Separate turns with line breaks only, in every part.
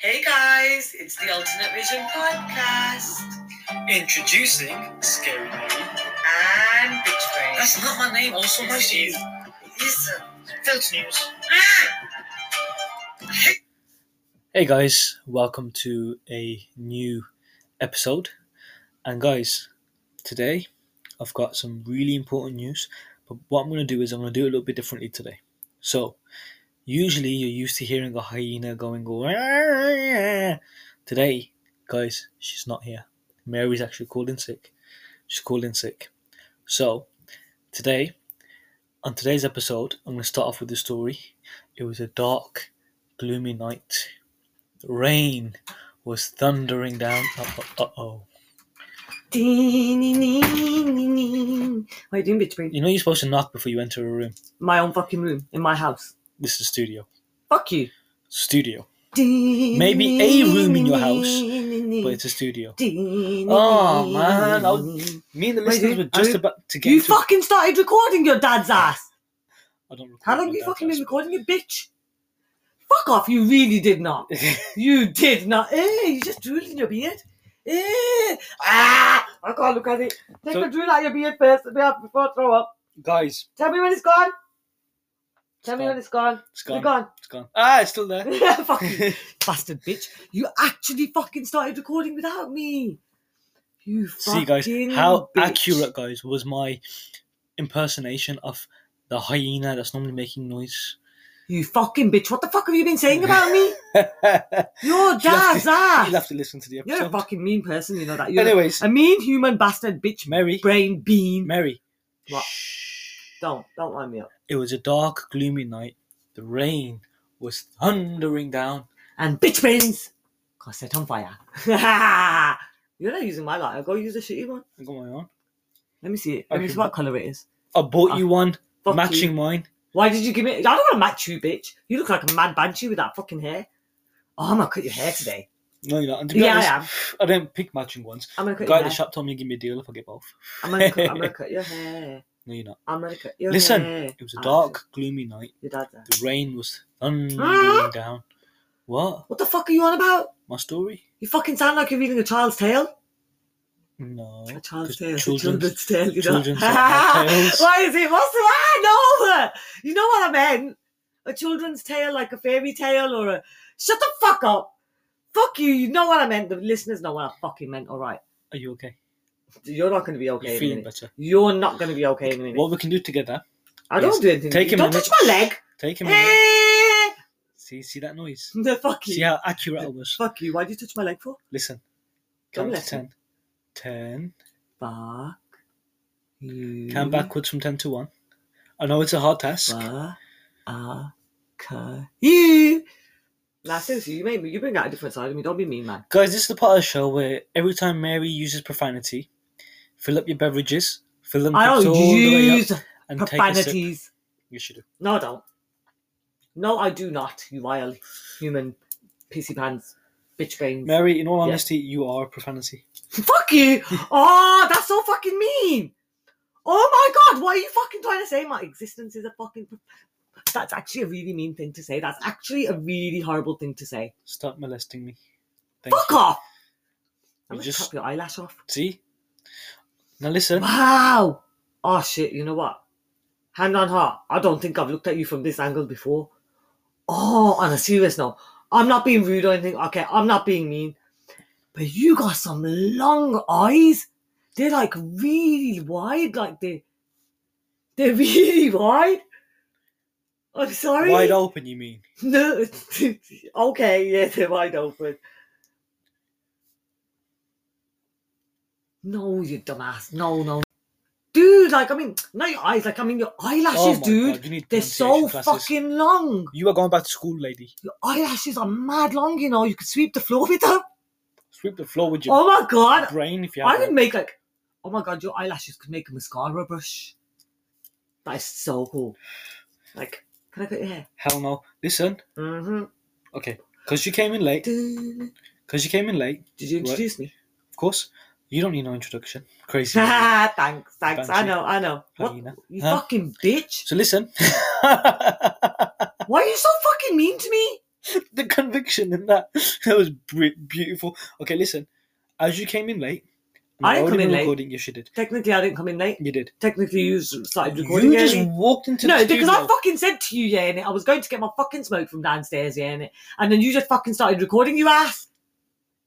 guys, it's the Alternate Vision Podcast.
Introducing Scary Mary.
I'm Bitch Brain.
That's not my name, also my you.
Listen.
Felt news.
Ah!
Hey guys, welcome to a new episode. And guys, today I've got some really important news, but what I'm going to do is I'm going to do it a little bit differently today. So, usually you're used to hearing a hyena going, "Wah!" today, guys, she's not here. Mary's actually called in sick. She's called in sick. So, today, on today's episode, I'm going to start off with the story. It was a dark, gloomy night. Rain was thundering down. Uh oh.
Ding-a-ling-a-ling-a-ling. What are you doing, bitch brain?
You know you're supposed to knock before you enter a room.
My own fucking room in my house.
This is studio.
Fuck you.
Studio. Maybe a room in your house, But it's a studio. Oh, man, I'll- Me and the
Wait,
listeners
who-
were just
who-
about to get
You
into-
fucking started recording your dad's ass.
I don't record
How long
my
have you
dad's
fucking been recording it, bitch? Fuck off. You really did not.
house.
You did not. Eh, you just drooled in your beard. Eh. Ah, I can't look at it. Take
So-
a drool out your beard first before I throw up.
Guys,
Tell me when it's gone. Tell me
gone.
when it's gone.
it's
It's
gone.
gone.
It's gone. Ah, it's still there.
Fuck you. bastard bitch. You actually fucking started recording without me. You fucking
See, guys, how
bitch.
accurate, guys, was my impersonation of the hyena that's normally making noise?
You fucking bitch. What the fuck have you been saying about me?
You'll
You're ah. dad's
have
ass.
to listen to the
You're a
episode.
fucking mean person, you know that. You're
Anyways,
a mean human bastard bitch.
Mary,
Brain bean.
Mary.
What?
Shh.
Don't, don't wind me up.
It was a dark, gloomy night. The rain was thundering down.
And bitch brains got set on fire. You're not using my lighter. Go use the shitty one.
I got my own.
Let me see it. Let me
Okay,
see what colour it is.
I bought you one,
Ah, Fuck
matching
you.
mine.
Why did you give me? I don't want to match you, bitch. You look like a mad banshee with that fucking hair. Oh, I'm gonna cut your hair today.
No, you're not. And to be
Yeah,
honest,
I am.
I don't pick matching ones.
I'm gonna
The
cut
guy
your
at the
hair.
shop told me to give me a deal if I get both.
I'm gonna cut, I'm gonna cut your hair.
No, you're not.
I'm gonna cut your
Listen,
hair.
It was
Ah,
a dark, gloomy night.
Your dad's hair.
The rain was thundering
Ah.
down. What?
What the fuck are you on about?
My story?
You fucking sound like you're reading a child's tale.
No.
A child's
'cause
tale. It's a
Children's,
children's tale. You know.
children's don't have tales.
Why is it? What's the ah no? You know what I meant? A children's tale, like a fairy tale or a. Shut the fuck up. Fuck you. You know what I meant. The listeners know what I fucking meant. All right.
Are you okay?
You're not gonna be
You're
okay. In a
feeling
minute.
better.
You're not gonna be okay in a minute.
What we can do together,
I don't
yes.
do anything.
Take a
don't
minute.
touch my leg.
take a minute.
Eh.
See, see that noise?
No, fuck you.
See how accurate I was?
Fuck you. Why do you touch my leg for?
Listen.
Don't
Count to
listen.
ten. Ten.
Fuck you.
Count backwards from ten to one. I know it's a hard task.
Fuck you. Nah, seriously, you made me. You bring out a different side of me. Don't be mean, man.
Guys, this is the part of the show where every time Mary uses profanity, fill up your beverages, fill them
I
cups all
don't
the way up,
use
and take a sip.
profanities.
You should do.
No, I don't. No, I do not. You vile human pissy pants, bitch brains.
Mary, in all
Yeah.
honesty, you are a profanity.
Fuck you. Oh, that's so fucking mean. Oh my god, what are you fucking trying to say? My existence is a fucking. That's actually a really mean thing to say. That's actually a really horrible thing to say.
Stop molesting me. Thank
Fuck
you.
off! I'm
You
gonna
just-
chop your eyelash off.
See? Now listen.
Wow! Oh shit, you know what? Hand on heart, I don't think I've looked at you from this angle before. Oh, on a serious note, I'm not being rude or anything. Okay, I'm not being mean. But you got some long eyes. They're like really wide, like they they're really wide. I'm sorry.
Wide open, you mean?
No Okay, yeah, they're wide open. No, you dumbass. No, no. Dude, like, I mean, not your eyes, like, I mean, your
oh
eyelashes,
my
dude.
God, you need
They're so
pronunciation classes.
fucking long.
You are going back to school, lady.
Your eyelashes are mad long, you know. You could sweep the floor with them.
Sweep the floor with your
Oh my god.
brain if you
I
have
could
one.
make, like, oh my god, your eyelashes could make a mascara brush. That is so cool. Like, can I cut your hair?
Hell no. Listen.
Mm
Okay. Because you came in late.
hmm.
Because you came in late,
Did you introduce me?
of course. You don't need no introduction. Crazy.
Ah, thanks, thanks. I
Banshee.
know, I know. What?
hyena.
You
Huh?
fucking bitch.
So listen.
Why are you so fucking mean to me?
the conviction in that. That was br- beautiful. Okay, listen. As you came in late, and
I didn't
already
come in
been
late.
recording. Yes, you did.
Technically, I didn't come in late.
You did.
Technically, you s- started recording.
You just
early.
walked into
No,
the
because
studio.
I fucking said to you, yeah, innit? I was going to get my fucking smoke from downstairs, yeah, innit? And then you just fucking started recording, you ass.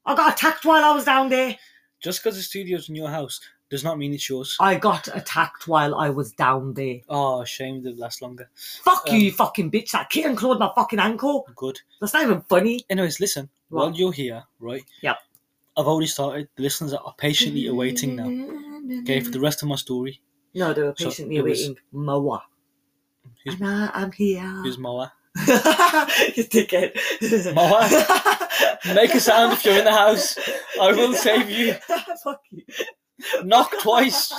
I got attacked while I was down there.
Just because the studio's in your house does not mean it's yours.
I got attacked while I was down there.
Oh, shame they last longer.
Fuck you,
Um,
you fucking bitch. That kitten clawed my fucking ankle.
Good.
That's not even funny.
Anyways, listen.
What?
While you're here, right?
Yep.
I've already started. The listeners are patiently awaiting now. Okay, for the rest of my story,
No, they were
So,
patiently
it was-
awaiting Moa.
Who's-
and I am here.
here's Moa.
you dickhead.
Moa, make a sound if you're in the house. I will save you.
Fuck you.
Knock twice.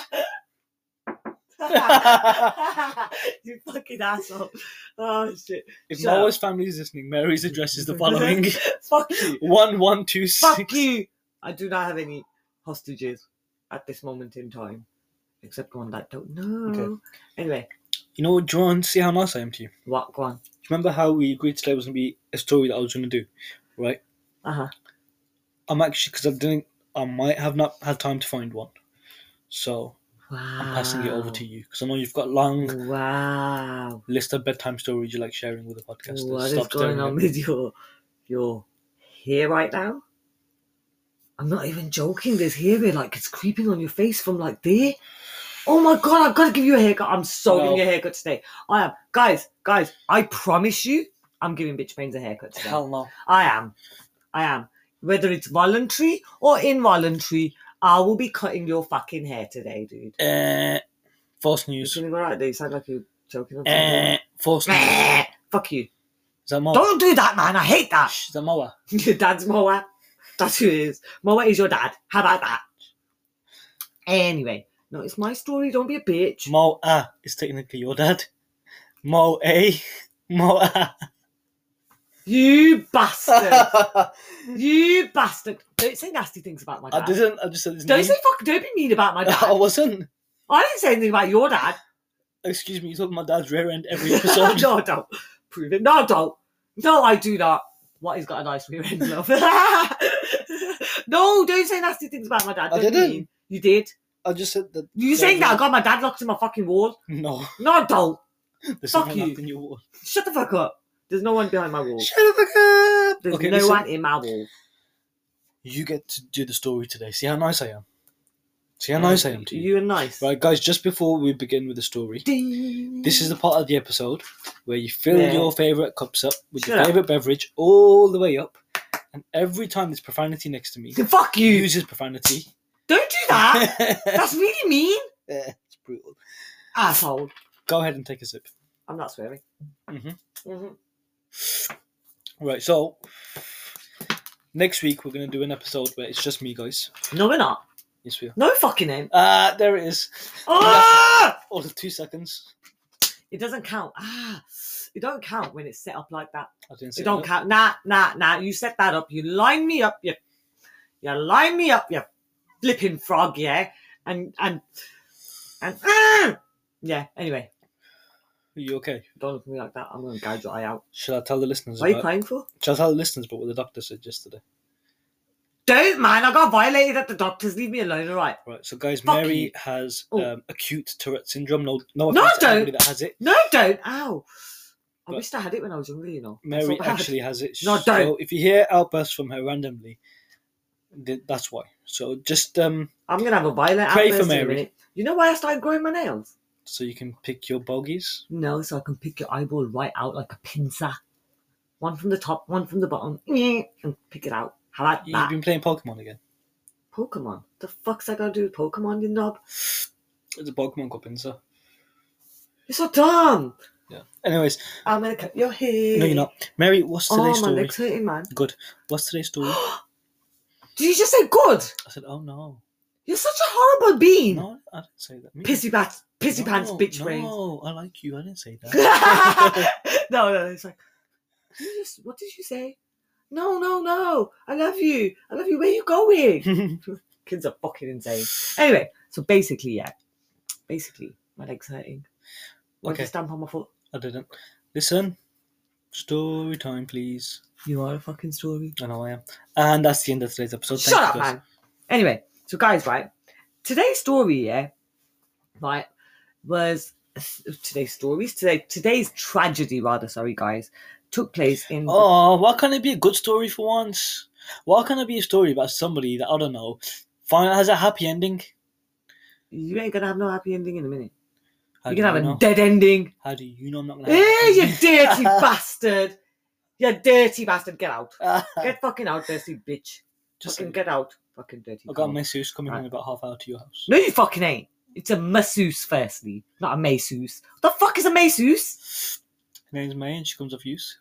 you fucking asshole. Oh shit.
If
Shut up.
Moa's family is listening, Mary's address is the following:
Fuck you.
one one two six.
Fuck you. I do not have any hostages at this moment in time. Except one that don't know.
Okay.
Anyway,
You know, do you want to see how nice I am to you?
what go on.
Remember how we agreed today was gonna be a story that I was gonna do, right?
Uh-huh.
I'm actually because I didn't. I might have not had time to find one, so
Wow.
I'm passing it over to you because I know you've got long
Wow.
list of bedtime stories you like sharing with the podcast.
What is going on with your your hair right now? I'm not even joking. There's hair here, like it's creeping on your face from like there. Oh my god! I've got to give you a haircut. I'm so giving
No.
you a haircut today. I am, guys, guys. I promise you, I'm giving bitch brains a haircut today.
Hell no.
I am, I am. Whether it's voluntary or involuntary, I will be cutting your fucking hair today, dude.
Eh, false
You're
news.
feeling alright there. You sound like you're choking on something.
Eh, Oh. false news. Is
Meh. Fuck you!
that Moa?
Don't do that, man. I hate that.
Shh, Is that Moa?
Your dad's Moa. That's who it is. Moa is your dad. How about that? Anyway, no, it's my story. Don't be a bitch.
Moa is technically your dad. Moa. Moa.
You bastard. you bastard. Don't say nasty things about my
I
dad.
didn't. Oh. I just said his
Don't
name.
say fuck. Don't be mean about my
I
dad.
wasn't.
I didn't say anything about your dad.
Excuse me. You talk about my dad's rear end every episode.
no, don't. Prove it. No, don't. No, I do not. What, he's got a nice rear end, love. no, don't say nasty things about my dad.
I
Don't be
didn't.
mean. You did.
I just said that.
You saying that I got my dad locked in my fucking wall?
No.
No, don't.
There's
Fuck
something
you.
left in your wall.
Shut the fuck up. There's no one behind my wall.
Shut the fuck up.
There's
okay,
no
listen.
one in my wall.
You get to do the story today. See how nice I am. See how nice I am to you.
You are nice.
Right, guys, just before we begin with the story, this is the part of the episode where you fill
Yeah.
your favourite cups up with your
Shut up.
favourite beverage all the way up. And every time there's profanity next to me,
Fuck
he
you.
uses profanity.
Don't do that. That's really mean.
it's brutal.
Asshole.
Go ahead and take a sip.
I'm not swearing.
Mhm.
Mhm.
Right, so next week we're going to do an episode where it's just me, guys.
No, we're not.
Yes, we are.
No fucking name.
Ah, there it is.
Ah!
All of two seconds.
It doesn't count. Ah. It don't count when it's set up like that.
I didn't say
It don't count. Nah, nah, nah. You set that up. You line me up. You, you line me up. You flipping frog. Yeah. And and and. ah! Yeah. Anyway.
Are you okay?
Don't look at me like that. I'm going to gouge your eye out.
Shall I tell the listeners?
What are you
About,
crying for?
shall I tell the listeners about what the doctor said yesterday?
Don't, man. I got violated at the doctors. Leave me alone, all right?
Right, so guys,
Fuck
Mary
you.
has
Oh.
um, acute Tourette syndrome. No, no
No,
offense to
don't.
anybody that has it.
No, don't. Ow. I
But-
wish I had it when I was younger, you know. That's
Mary
not bad.
actually has it.
No,
So
don't.
if you hear outbursts from her randomly, th- that's why. So just um,
I'm going to have a violent
Pray
outburst in
for
a
Mary.
minute. You know why I started growing my nails?
so you can pick your bogies.
No, so I can pick your eyeball right out like a pincer. One from the top, one from the bottom. And pick it out. How about
You've
that?
been playing Pokemon again.
Pokemon. The fuck's that got to do with Pokemon, you knob?
It's a Pokemon cup inside.
You're so dumb.
Yeah. Anyways,
I'm going to cut your hair.
no, you're not. Mary, what's
Oh, my
today's story?
leg's hurting, man.
Good. What's today's story? I
Did you just say good?
said, oh no,
You're such a horrible bean.
no, I didn't say that. Me-
pissy pants, pissy pants,
No,
bitch
no,
brains.
I like you. I didn't say that.
no, no, it's like, "Did you just- what did you say? No, no, no. I love you. I love you. Where you going? Kids are fucking insane. Anyway, so basically, yeah, basically, my leg's hurting. Why'd
Okay.
you stamp on my foot?
I didn't. Listen, story time, please.
You are a fucking story.
I know I am. And that's the end of today's episode.
Shut up,
you guys.
man. Anyway, so guys, right? Today's story, yeah, right, was today's stories. Today, today's tragedy, rather. Sorry, guys, took place in.
Oh, why can't it be a good story for once? Why can't it be a story about somebody that I don't know? Final has a happy ending.
You ain't gonna have no happy ending in a minute.
How
you
do
can have
you
a
know?
dead ending.
How do you know I'm not gonna? have
Eh,
a
you
happy
dirty bastard! You dirty bastard! Get out!
ending?
Get fucking out, dirty bitch!
Just
fucking
I
get out, fucking dirty.
got a
cunt.
masseuse coming
Right.
home about half hour to your house.
No, you fucking ain't. It's a masseuse, firstly, not a masseuse. The fuck is a masseuse?
Her name's May, and she comes off use.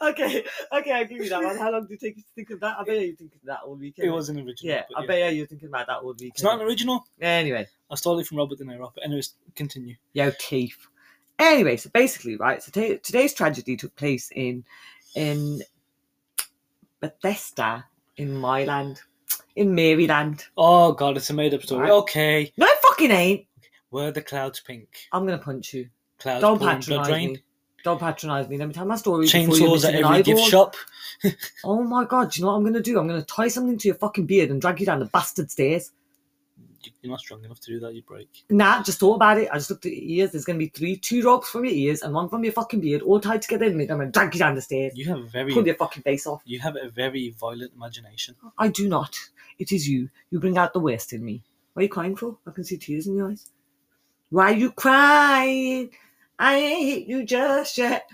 okay, okay, I'll give you that one. How long did it take you to think of that? I bet you were thinking that all weekend.
It was an original.
Yeah,
but
I bet you were thinking about that all weekend.
It's not an original.
Anyway,
I stole it from Robert De Niro. But anyways, continue.
yo, Keith. Anyway, so basically, right. So ta today's tragedy took place in in Bethesda in my land, in Maryland.
Oh god, it's a made-up story.
Right.
Okay,
No, it fucking ain't.
were the clouds pink?
I'm gonna punch you.
Clouds
Don't
pouring
patronise
blood rain?
me. Don't patronise me. Let me tell my story. before you're
Chainsaws
missing
at
an
every gift
eyeball.
shop.
Oh my god, do you know what I'm gonna do? I'm gonna tie something to your fucking beard and drag you down the bastard stairs.
You- You're not strong enough to do that. You break.
Nah, just thought about it. I just looked at your ears. There's gonna be three, two ropes from your ears and one from your fucking beard, all tied together and I'm gonna drag you down the stairs.
You have a very
Pull your fucking face off.
You have a very violent imagination.
I do not. It is you. You bring out the worst in me. What are you crying for? I can see tears in your eyes. Why are you crying? I ain't hit you just yet.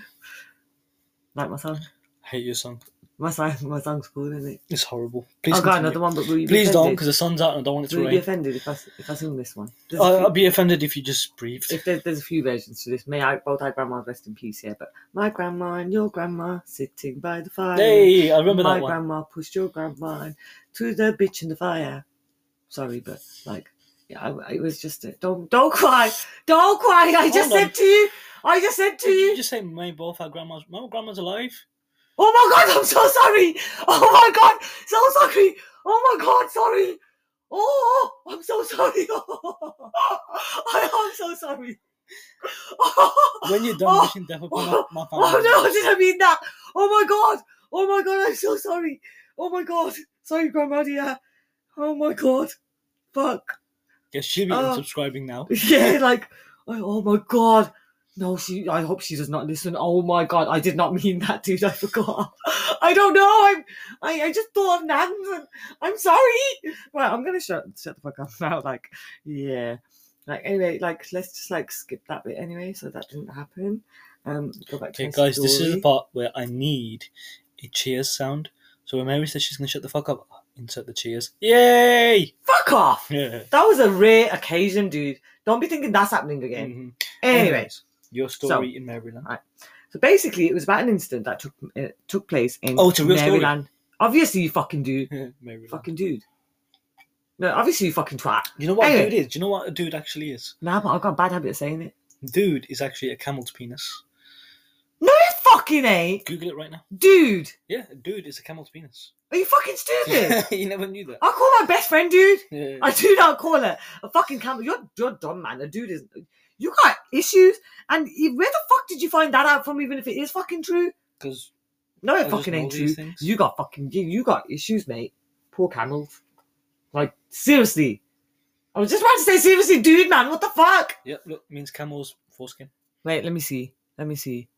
Like my song.
I hate your song.
My song my song's cool, isn't it?
It's horrible. Please,
I got
continue.
another one, but will you be
Please don't,
offended?
because the sun's out and I don't want it to
Will you be
rain.
offended if I, s- if I sing this one? There's a
I-
few-
I'd be offended if you just breathed.
if there's, there's a few versions to this. May I, both our grandmas rest in peace here, but my grandma and your grandma sitting by the fire.
Hey, I remember
my
that one.
grandma pushed your grandma to the bitch in the fire. Sorry, but like, yeah, I, it was just a, don't don't cry, don't cry. I just
Hold on.
said to you, I just said to
Did you
you.
just say my both our grandmas? My grandma's alive.
Oh my god, I'm so sorry. Oh my god, so sorry. Oh my god, sorry. Oh, I'm so sorry. I am so sorry.
When you're done
Oh,
wishing death upon
oh,
my, my family,
Oh no, did I mean that? Oh my god! Oh my god, I'm so sorry. Oh my god. Sorry, Grandma dear. Oh my god. Fuck.
yeah, she'll be
Oh.
unsubscribing now.
Yeah, like I- oh my god. No, she I hope she does not listen. Oh my god, I did not mean that, dude. I forgot. I don't know. I'm I, I just thought of Nans and I'm sorry. Right, I'm gonna shut shut the fuck up now. Like, yeah. Like anyway, like let's just like skip that bit anyway, so that didn't happen. Um go back to
Okay,
my
guys, this is
story.
the part where I need a cheers sound. So when Mary says she's gonna shut the fuck up, insert the cheers. Yay!
Fuck off!
Yeah.
That was a rare occasion, dude. Don't be thinking that's happening again.
Mhm.
Anyway,
your
so-
story in Maryland.
so basically, it was about an incident that took uh, took place in
Oh, it's a real story?
Maryland. Obviously, you fucking dude.
Maryland.
Fucking dude. No, obviously, you fucking twat.
You know what a
Anyway.
dude is? Do you know what a dude actually is?
Nah, but I've got a bad habit of saying it.
Dude is actually a camel's penis.
No, you fucking ain't.
Google it right now.
Dude,
Yeah, dude is a camel's penis.
are you fucking stupid?
you never knew that.
I call my best friend dude.
Yeah.
I do not call it a fucking camel. You're, you're dumb, man. A dude is. You got issues. And you- where the fuck did you find that out from, even if it is fucking true?
'Cause-
No,
I
it
just
fucking
know
ain't true.
these things.
You got fucking you, you got issues, mate. Poor camels. Like seriously, I was just about to say seriously, dude, man. What the fuck?
yeah, look, means camel's foreskin.
Wait, let me see. Let me see.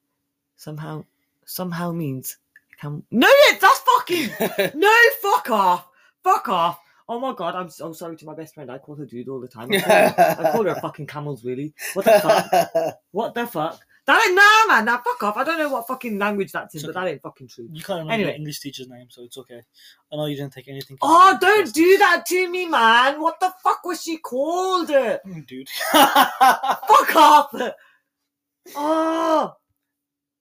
Somehow, somehow means cam. No, it- that's fucking no. Fuck off. Fuck off. Oh my god, I'm so sorry to my best friend. I call her dude all the time. I call her, I call her a fucking camels, really. What the fuck? What the fuck? That ain't nah, man. Nah, fuck off. I don't know what fucking language that's in,
It's
but that ain't fucking true.
you can't remember your
Anyway.
English teacher's name, so it's okay. I know you didn't take anything.
Oh, don't do that to me, man. What the fuck was she called? Fuck
dude.
off. Oh,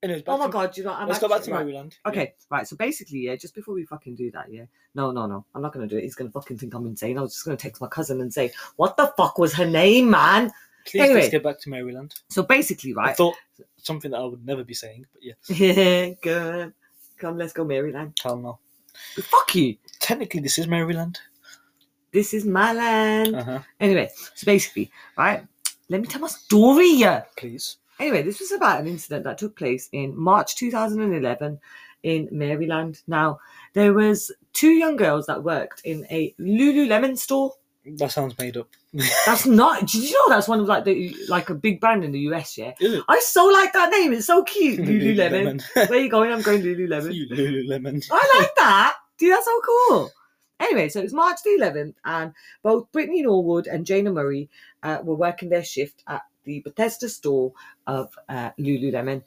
Anyways, back
oh my
to-
god, you know, I'm
Let's go back to
actually- right.
Maryland.
Okay, right, so basically, yeah, just before we fucking do that, yeah. No, no, no, I'm not gonna do it. He's gonna fucking think I'm insane. I was just gonna text my cousin and say, What the fuck was her name, man?
Please
Anyway.
let's get back to Maryland.
So basically,
I
right.
thought something that I would never be saying, but yeah,
Good. Come, let's go, Maryland.
hell no.
Fuck you.
Technically, this is Maryland.
This is my land.
Uh huh.
Anyway, so basically, right, let me tell my story. Yeah.
Please.
Anyway, this was about an incident that took place in March 2011 in Maryland. Now, there was two young girls that worked in a Lululemon store.
That sounds made up.
That's not. Did you know that's one of like the like a big brand in the US? Yeah,
Is it?
I so like that name. It's so cute, Lululemon.
Lululemon.
Where you going? I'm going Lululemon.
You Lululemon.
I like that. Dude, that's so cool. Anyway, so it was March the 11th, and both Brittany Norwood and Jana Murray uh, were working their shift at the Bethesda store of uh, Lululemon.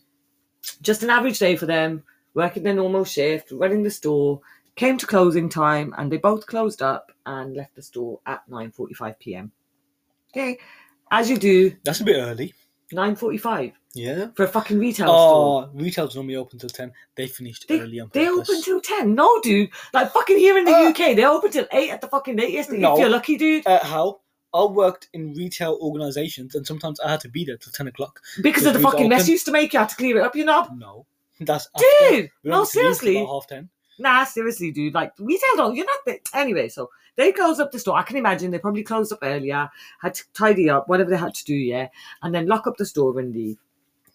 Just an average day for them, working their normal shift, running the store. Came to closing time, and they both closed up and left the store at 9:45 p.m. Okay, as you do,
That's a bit early.
9:45
Yeah.
for a fucking retail store.
Oh, retail's normally open till ten. They finished
They,
early on
they
purpose.
open till 10. No, dude. Like, fucking here in the
Uh,
UK, they open till 8 at the fucking latest.
No.
If you're lucky, dude.
uh, how? I worked in retail organisations, and sometimes I had to be there till ten o'clock.
Because of the
Who's
fucking mess
open?
you used to make, you had to clear it up, you knob.
No, that's after.
Dude.
We
No,
don't leave till
seriously.
about half ten.
Nah, seriously, dude. Like, retail don't, you're not the, Anyway, so they closed up the store. I can imagine they probably closed up earlier, had to tidy up, whatever they had to do, yeah, and then lock up the store and leave.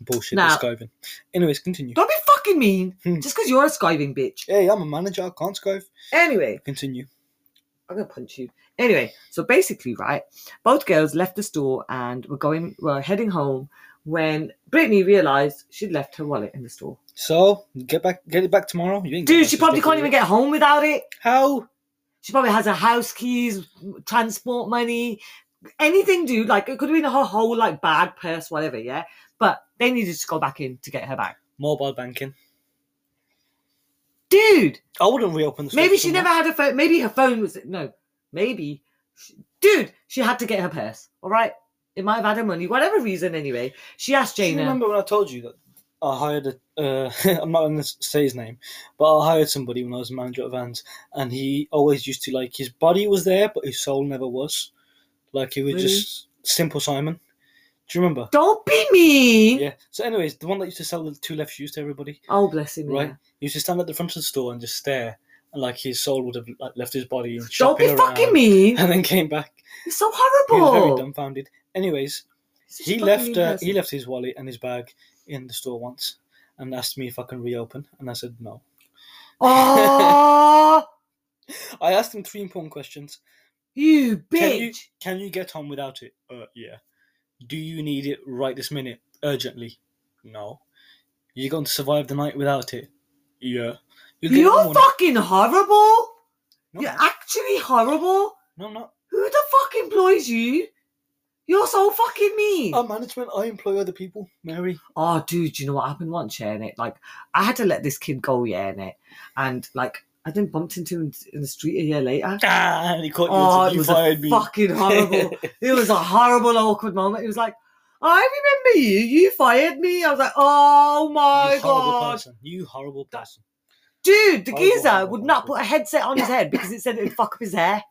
Bullshit.
Nah.
Nah. Skiving. Anyways, continue.
Don't be fucking mean.
Hmm.
Just because you're a skiving bitch.
Hey, I'm a manager. I can't skive.
Anyway.
Continue.
I'm gonna punch you. Anyway, so basically, right, both girls left the store and were going, were heading home when Brittany realised she'd left her wallet in the store.
So get back, get it back tomorrow. You ain't getting
Dude,
back
she
this
probably
stuff,
can't
will
even
you?
get home without it.
How?
She probably has her house keys, transport money, anything, dude. Like it could have been her whole like bag, purse, whatever. Yeah, but they needed to go back in to get her bag.
Mobile banking.
Dude,
I wouldn't reopen the. store
maybe
for
she
someone.
never had a phone. Maybe her phone was no. Maybe, she- dude, she had to get her purse. All right, it might have had her money, whatever reason. Anyway, she asked
Do you
Jana.
remember when I told you that I hired a? Uh, I'm not going to say his name, but I hired somebody when I was a manager at Vans, and he always used to like his body was there, but his soul never was. Like he was
Really?
just simple Simon. Do you remember?
Don't be mean.
Yeah. So, anyways, the one that used to sell the two left shoes to everybody,
Oh, bless him.
right?
yeah.
He used to stand at the front of the store and just stare, and like his soul would have like, left his body. And
Don't be
shopping
fucking
around,
mean.
And then came back.
It's so
He was very
horrible.
dumbfounded. Anyways,
He's such a
he
fucking
left.
mean
Uh,
person.
he left his wallet and his bag in the store once, and asked me if I can reopen, and I said no.
Oh,
I asked him three important questions:
you
Can you-
bitch.
Can you get on without it? Uh, yeah. Do you need it right this minute, urgently? No. You're going to survive the night without it? Yeah. You'll get it in the
You're
morning.
fucking horrible.
No,
You're actually horrible.
no, I'm not.
Who the fuck employs you? You're so fucking mean.
I'm management. I employ other people. Mary.
oh dude you know what happened once yeah it like i had to let this kid go yeah it and like i then bumped into him in the street a year later
Ah, and he caught you.
oh
and
it
said, you
was
fired
a
me.
fucking horrible it was a horrible awkward moment it was like "Oh, i remember you you fired me i was like oh my
you horrible
god
person. You horrible person.
dude the
Horrible,
geezer
horrible,
would not
horrible.
put a headset on his head because it said it would fuck up his hair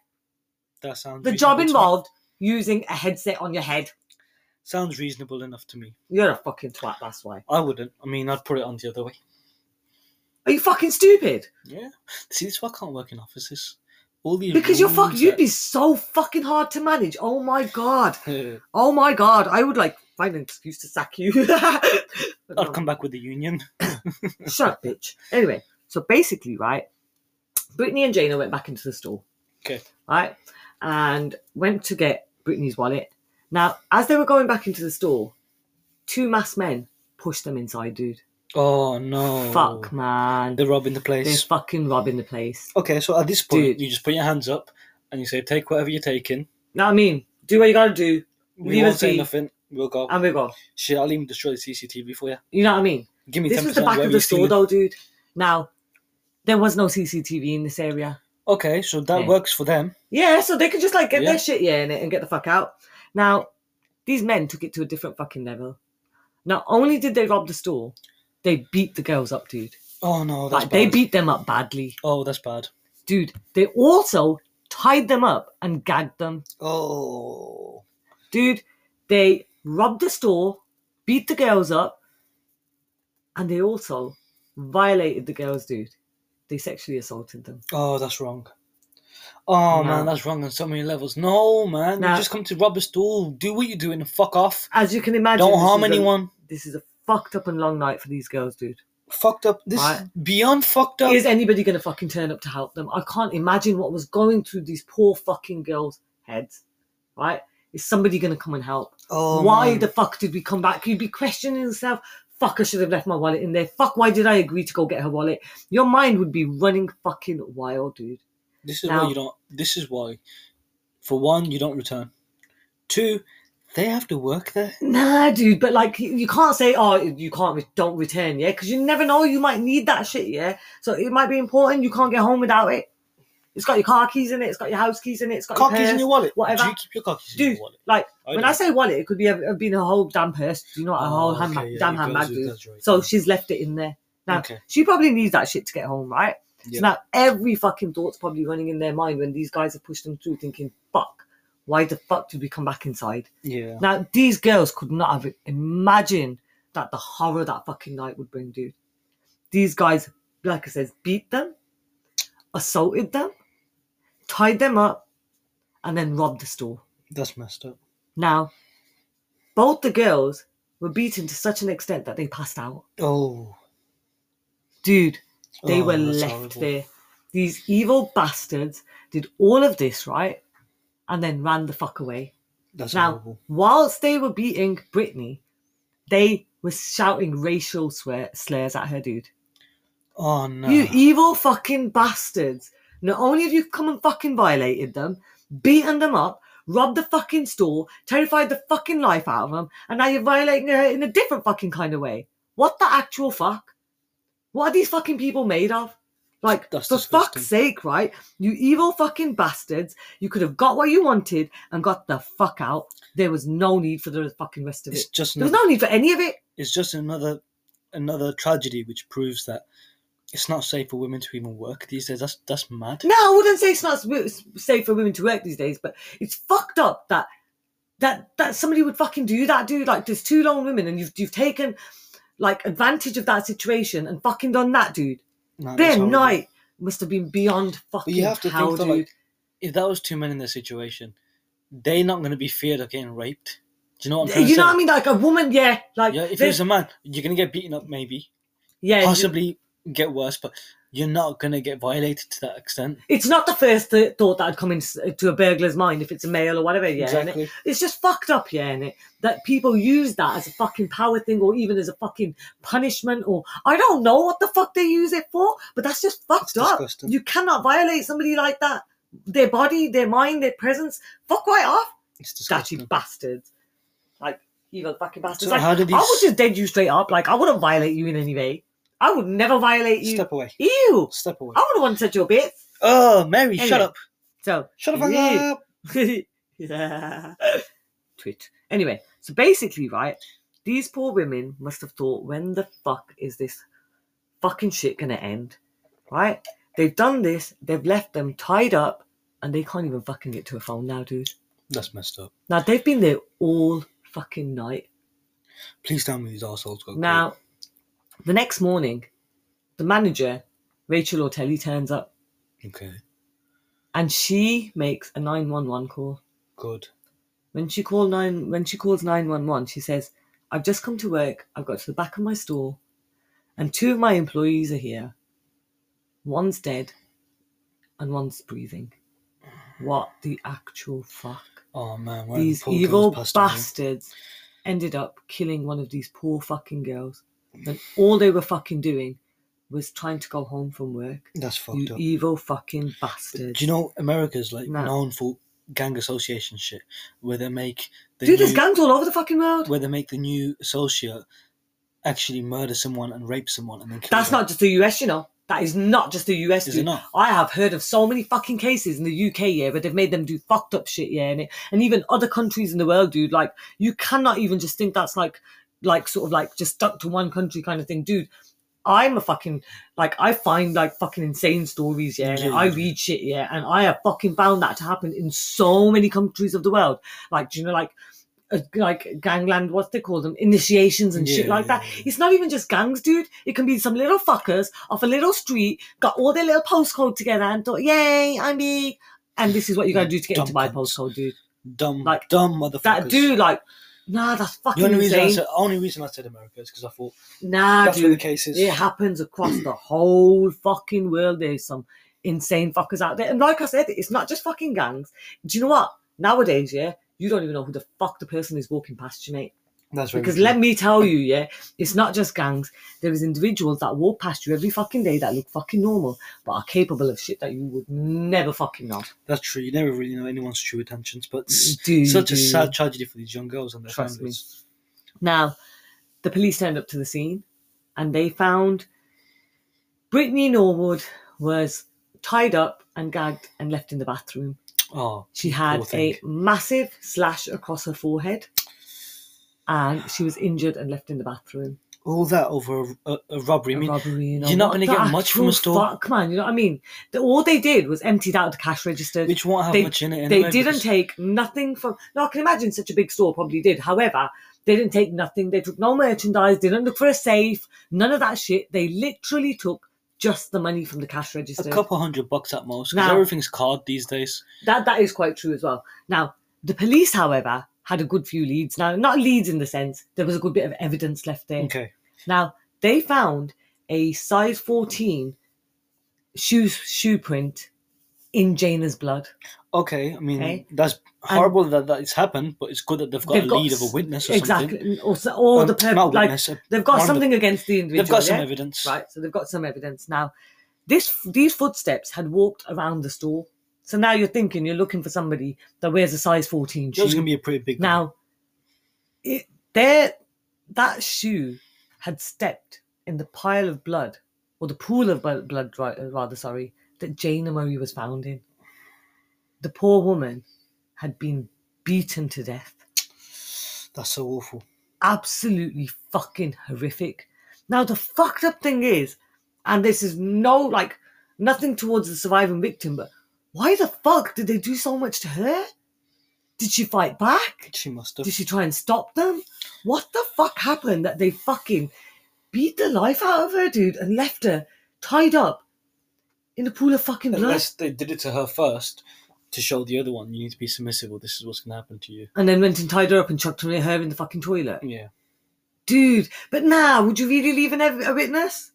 That sounds.
the job
reasonable to me.
involved using a headset on your head
Sounds reasonable enough to me.
you're a fucking twat that's why
I wouldn't. I mean, I'd put it on the other way.
are you fucking stupid
Yeah. See, this is why I can't work in offices. All these
Because you're fuck,
rules
you'd be so fucking hard to manage. Oh my god.
that-
Oh my god. I would like find an excuse to sack you. But
I'd
no.
Oh, come back with the union.
Shut up, bitch. Anyway, so basically, right, Brittany and Jana went back into the store.
Okay.
Right, and went to get Brittany's wallet. Now, as they were going back into the store, two masked men pushed them inside, dude.
Oh no!
Fuck, man.
They're robbing the
They're
place.
fucking robbing the place.
Okay, so at this point,
Dude.
you just put your hands up and you say, "Take whatever you're taking."
You know what I mean? Do what you gotta do,
We
Leave
won't
us
say
be. Um,
nothing. We'll go.
and we go.
Shit, I'll even destroy the CCTV for you.
You know what I mean?
Give me
This
ten
was
percent.
the back of the store, though, dude. Now, there was no CCTV in this area.
Okay, so that
Yeah.
works for them.
Yeah, so they could just like get
Yeah.
their shit yeah in it and get the fuck out. Now, these men took it to a different fucking level. Not only did they rob the store, they beat the girls up, dude.
Oh no, that's
Like
bad.
they beat them up badly,
oh, that's bad.
dude. They also tied them up and gagged them,
Oh,
dude. They robbed the store, beat the girls up, and they also violated the girls, dude. They sexually assaulted them.
oh, that's wrong. Oh man,
No.
that's wrong on so many levels. No man,
No.
you just come to rob a store, do what you're doing, and fuck off.
as you can imagine,
Don't
this
harm
is a-
anyone.
This is a fucked up and long night for these girls, dude.
Fucked up. This is
Right.
beyond fucked up.
Is anybody going to fucking turn up to help them? I can't imagine what was going through these poor fucking girls' heads, right? Is somebody going to come and help?
oh,
why
man.
the fuck did we come back? You'd be questioning yourself. Fuck, I should have left my wallet in there. Fuck, why did I agree to go get her wallet? Your mind would be running fucking wild, dude.
This is why
Now-
you don't. This is why, for one, you don't return. Two, they have to work there.
Nah, dude, but like you you can't say, oh, you can't, re- don't return, yeah, because you never know, you might need that shit, yeah. So it might be important. You can't get home without it. It's got your car keys in it. It's got your house keys in it. It's got
Car
your
keys in
purse.
your wallet. Do
whatever.
you keep your car keys in
Dude,
your wallet?
like when I
don't.
say wallet, it could be a, been a whole damn purse. You know, a
Oh,
whole handbag,
okay, yeah,
damn
you guys-
handbag,
you
dude.
guys right,
So
yeah.
she's left it in there. Now
Okay.
she probably needs that shit to get home, right?
Yeah.
So now every fucking thought's probably running in their mind when these guys have pushed them through, thinking, "Fuck, why the fuck did we come back inside?"
yeah.
Now these girls could not have imagined that the horror that fucking night would bring, dude. These guys, like I says, beat them, assaulted them, tied them up, and then robbed the store.
That's messed up.
Now, both the girls were beaten to such an extent that they passed out.
Oh.
Dude, they
Oh,
were
that's
left
horrible.
there. These evil bastards did all of this, right? And then ran the fuck away.
That's
now,
horrible.
whilst they were beating Britney, they were shouting racial swear- slurs at her, dude.
Oh no.
You evil fucking bastards. Not only have you come and fucking violated them, beaten them up, robbed the fucking store, terrified the fucking life out of them, and now you're violating her in a different fucking kind of way. What the actual fuck? What are these fucking people made of? Like,
That's
for
disgusting.
fuck's sake, right? You evil fucking bastards. You could have got what you wanted and got the fuck out. There was no need for the fucking rest of it.
it's just
There was
another,
no need for any of it.
it's just another another tragedy which proves that it's not safe for women to even work these days. That's that's mad.
No, I wouldn't say it's not s- safe for women to work these days, but it's fucked up that that that somebody would fucking do that, dude. Like, there's two lone women, and you've you've taken like advantage of that situation and fucking done that, dude.
No, that's
Their
horrible.
night must have been beyond
But
fucking
you have to
hell,
think that
dude.
like, if that was two men in their situation, they're not going to be feared of getting raped. Do you know what I'm trying
you
to
know
say?
what I mean? Like a woman, yeah, like
Yeah, if it
they-
was a man, you're gonna get beaten up, maybe,
yeah,
possibly get worse, but you're not gonna get violated to that extent.
It's not the first th- thought that'd come into a burglar's mind if it's a male or whatever. Yeah, innit?
exactly.
it's just fucked up, yeah, and it that people use that as a fucking power thing or even as a fucking punishment or I don't know what the fuck they use it for, but that's just fucked
That's
up.
disgusting.
You cannot violate somebody like that. Their body, their mind, their presence. Fuck right off,
It's
statue
disgusting.
bastards. Like evil fucking bastards.
So
like,
how did
I
these-
would just dead you straight up. Like I wouldn't violate you in any way. I would never violate you. Oh,
Step away.
Ew.
Step away.
I wouldn't want to touch your bits.
Oh, Mary, shut
Anyway.
up.
So
Shut the fuck
Yeah.
up.
yeah. Twit. Anyway, so basically, right, these poor women must have thought, when the fuck is this fucking shit gonna end? Right? They've done this, they've left them tied up, and they can't even fucking get to a phone now, dude.
That's messed up.
Now they've been there all fucking night.
Please tell me these assholes got
Now, the next morning, the manager, Rachel Ortelli, turns up
caught. Okay.
and she makes a 911 call.
Good.
When she called nine, when she calls nine one one, she says, "I've just come to work. I've got to the back of my store, and two of my employees are here. One's dead, and one's breathing. What the actual fuck?
Oh man, one of
these
poor girls
evil
passed away.
bastards ended up killing one of these poor fucking girls, and all they were fucking doing was trying to go home from work.
That's fucked
You
up.
evil fucking bastards!
Do you know America's like
No.
known for gang association shit, where they make the
Dude, there's
new-
gangs all over the fucking world.
where they make the new associate actually murder someone and rape someone and then kill
That's
them.
not just the US, you know. That is not just the US.
Is
dude.
it not?
I have heard of so many fucking cases in the UK, yeah, where they've made them do fucked up shit, yeah, and, it, and even other countries in the world, dude. Like, you cannot even just think that's like, like, sort of like just stuck to one country kind of thing, dude. I'm a fucking like I find like fucking insane stories, yeah. and
Yeah,
I
yeah.
read shit, yeah, and I have fucking found that to happen in so many countries of the world. Like, do you know, like, uh, like gangland, what they call them, initiations and shit
Yeah,
like
yeah,
that.
yeah.
It's not even just gangs, dude. It can be some little fuckers off a little street, got all their little postcode together and thought, yay, I'm big. And this is what you gotta do to get
Dumb
into my
cunts.
postcode, dude.
dumb
like,
dumb motherfuckers.
That dude, like, Nah, that's
The
fucking
only reason, I
insane.
said, only reason I said America is because I thought
Nah,
that's where the
dude.
case is.
It happens across the whole fucking world. There's some insane fuckers out there. And like I said, it's not just fucking gangs. Do you know what? Nowadays, yeah, you don't even know who the fuck the person is walking past you, mate.
That's very
Because
true.
let me tell you, yeah, it's not just gangs. There is individuals that walk past you every fucking day that look fucking normal, but are capable of shit that you would never fucking know.
That's true. You never really know anyone's true intentions, but it's
Dude,
such a sad tragedy for these young girls and their
Trust me.
families.
Now, the police turned up to the scene and they found Brittany Norwood was tied up and gagged and left in the bathroom.
Oh,
She had
Poor thing.
a massive slash across her forehead and she was injured and left in the bathroom.
all that over a, a, a robbery. I
A
mean,
robbery, you know,
you're not
what
gonna
the
get much from a
actual
store.
Fuck, man, you know what I mean? The, all they did was emptied out the cash register.
which won't have
they-
much in it
they
anyway.
didn't
because-
take nothing from. Now I can imagine such a big store probably did. However, they didn't take nothing. They took no merchandise. Didn't look for a safe. None of that shit. They literally took just the money from the cash
a
register.
couple hundred bucks at most because
Now-
everything's card these days.
That that is quite true as well. Now the police, however, had a good few leads. Now not leads in the sense there was a good bit of evidence left there.
Okay,
Now they found a size fourteen shoe shoe print in Jana's blood.
okay. I mean,
Okay.
that's horrible that that it's happened, but it's good that they've got
They've
a
got
lead of a
s-
witness or something.
Exactly, or, so- or
Um,
the per-
not
like
witness, uh,
They've got
One of the-
something against the individual.
They've got some
yeah?
evidence.
Right, so they've got some evidence. Now, this these footsteps had walked around the store. So now you're thinking you're looking for somebody that wears a size 14
It was
shoe.
going to be a pretty big.
now, it, there, that shoe had stepped in the pile of blood, or the pool of bu- blood, ri- uh, rather, sorry, that Jane Murray was found in. The poor woman had been beaten to death
one. that's so awful.
absolutely fucking horrific. Now the fucked up thing is, and this is no like nothing towards the surviving victim, but why the fuck did they do so much to her? Did she fight back?
She must have.
Did she try and stop them? What the fuck happened that they fucking beat the life out of her, dude, and left her tied up in a pool of fucking blood?
Unless they did it to her first to show the other one, you need to be submissive, or this is what's going to happen to you.
And then went and tied her up and chucked her in- her in the fucking toilet.
Yeah,
dude. But now, would you really leave an, ev- a witness?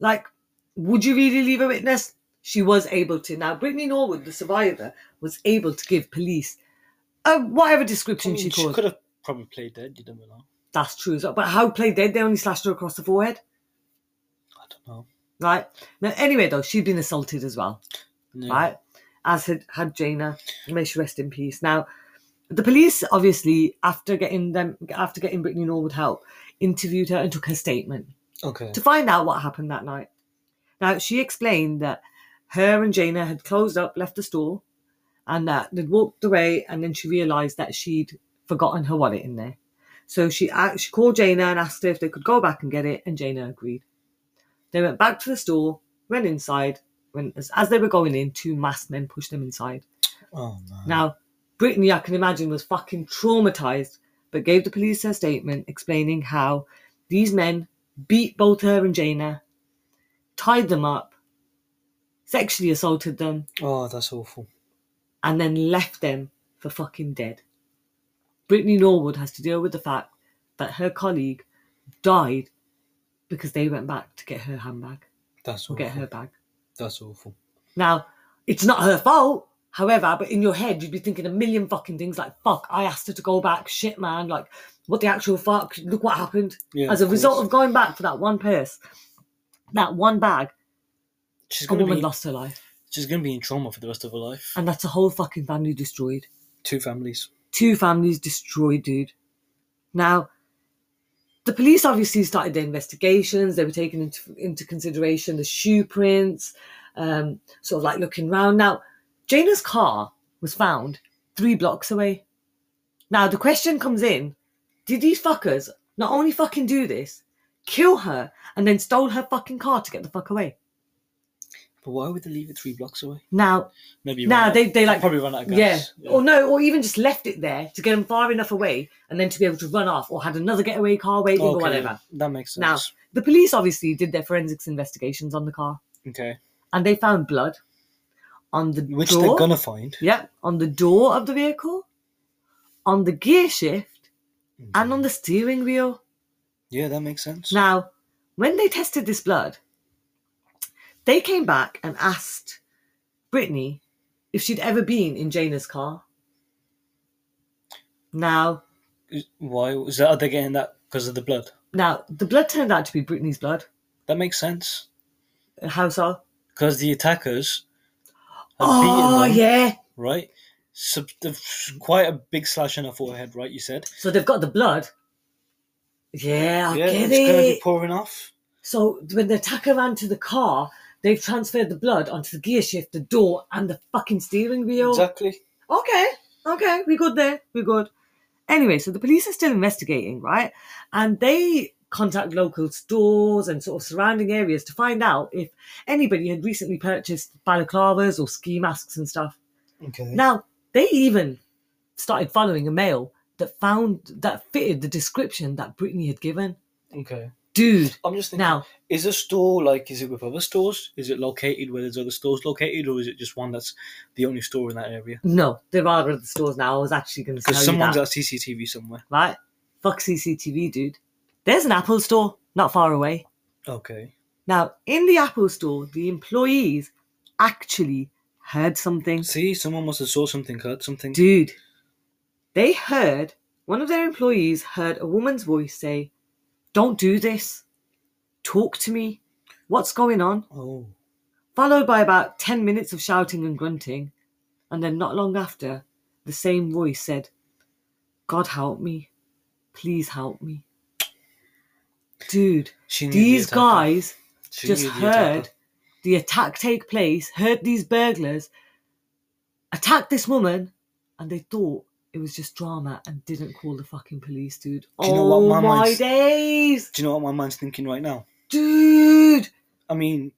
Like, would you really leave a witness? She was able to. Now, Brittany Norwood, the survivor, was able to give police uh, whatever
I
description
mean,
she
she
called.
could have probably played dead. You don't know.
That's true as well. But how played dead? They only slashed her across the forehead,
I don't know.
right? Now, anyway, though, she'd been assaulted as well.
No.
right? As had had Jaina, may she rest in peace. Now, the police obviously, after getting them, after getting Brittany Norwood help, interviewed her and took her statement
Okay.
to find out what happened that night. Now she explained that her and Jana had closed up, left the store, and that they'd walked away, and then she realised that she'd forgotten her wallet in there. So she a- she called Jana and asked her if they could go back and get it, and Jana agreed. They went back to the store, went inside. When as, as they were going in, two masked men pushed them inside.
Oh no.
Now, Brittany, I can imagine, was fucking traumatized, but gave the police her statement explaining how these men beat both her and Jana, tied them up, sexually assaulted them,
Oh, that's awful.
and then left them for fucking dead. Brittany Norwood has to deal with the fact that her colleague died because they went back to get her handbag
That's
or
awful.
get her bag.
That's awful.
Now, it's not her fault. However, but in your head, you'd be thinking a million fucking things like, fuck, I asked her to go back. Shit, man. Like, what the actual fuck? Look what happened.
Yeah.
As a
of
result
course.
of going back for that one purse, that one bag,
she's
a
gonna
woman
be
lost her life.
she's gonna be in trauma for the rest of her life.
And that's a whole fucking family destroyed.
Two families.
two families destroyed, dude. Now, the police obviously started their investigations. They were taking into, into consideration the shoe prints, um, sort of like looking round. Now, Jana's car was found three blocks away. Now, the question comes in did these fuckers not only fucking do this, kill her, and then stole her fucking car to get the fuck away?
But why would they leave it three blocks away?
Now,
Maybe. you
Nah,
run out-
they- they,
I'll
like-
probably run out of
Yeah.
gas.
Or no, or even just left it there to get them far enough away and then to be able to run off or had another getaway car waiting or
Okay,
whatever.
That makes sense.
Now- The police obviously did their forensics investigations on the car
okay.
and they found blood on the
Which
door.
they're gonna find.
Yep, on the door of the vehicle, on the gear shift,
Mm.
and on the steering wheel.
Yeah, that makes sense.
Now, when they tested this blood, they came back and asked Brittany if she'd ever been in Jana's car. Now,
Is- Why was that? Are they getting that because of the blood?
now the blood turned out to be Brittany's blood.
That makes sense
How so?
because the attackers have
Oh
beaten them,
yeah.
right? Sub- the- quite a big slash on her forehead, right? You said.
So they've got the blood. Yeah, I
yeah,
get
it's gonna be
it.
pouring off.
So when the attacker ran to the car, they've transferred the blood onto the gear shift, the door, and the fucking steering wheel.
Exactly.
okay, okay, we good there, we good. Anyway, so the police are still investigating, right? And they contact local stores and sort of surrounding areas to find out if anybody had recently purchased balaclavas or ski masks and stuff.
Okay.
Now they even started following a male that found that fitted the description that Brittany had given.
Okay.
Dude,
I'm just thinking.
now
Is a store like? Is it with other stores? Is it located where there's other stores located, or is it just one that's the only store in that area?
no, there are other stores now. I was actually going to tell
Because
you that,
someone's at CCTV somewhere.
right? Fuck CCTV, dude. There's an Apple store not far away.
Okay.
Now, in the Apple store, the employees actually heard something.
See, someone must have saw something, heard something.
Dude, they heard, one of their employees heard a woman's voice say, Don't do this. Talk to me. What's going on?
oh.
Followed by about 10 minutes of shouting and grunting. And then, not long after, the same voice said, God help me. Please help me. Dude,
She knew the
these
attacker.
guys
She
just
knew the attacker.
heard the attack take place, heard these burglars attack this woman, and they thought it was just drama and didn't call the fucking police, dude.
Do you know
oh
what my
my
mind's-
days,
Do you know what my mind's thinking right now?
dude.
I mean,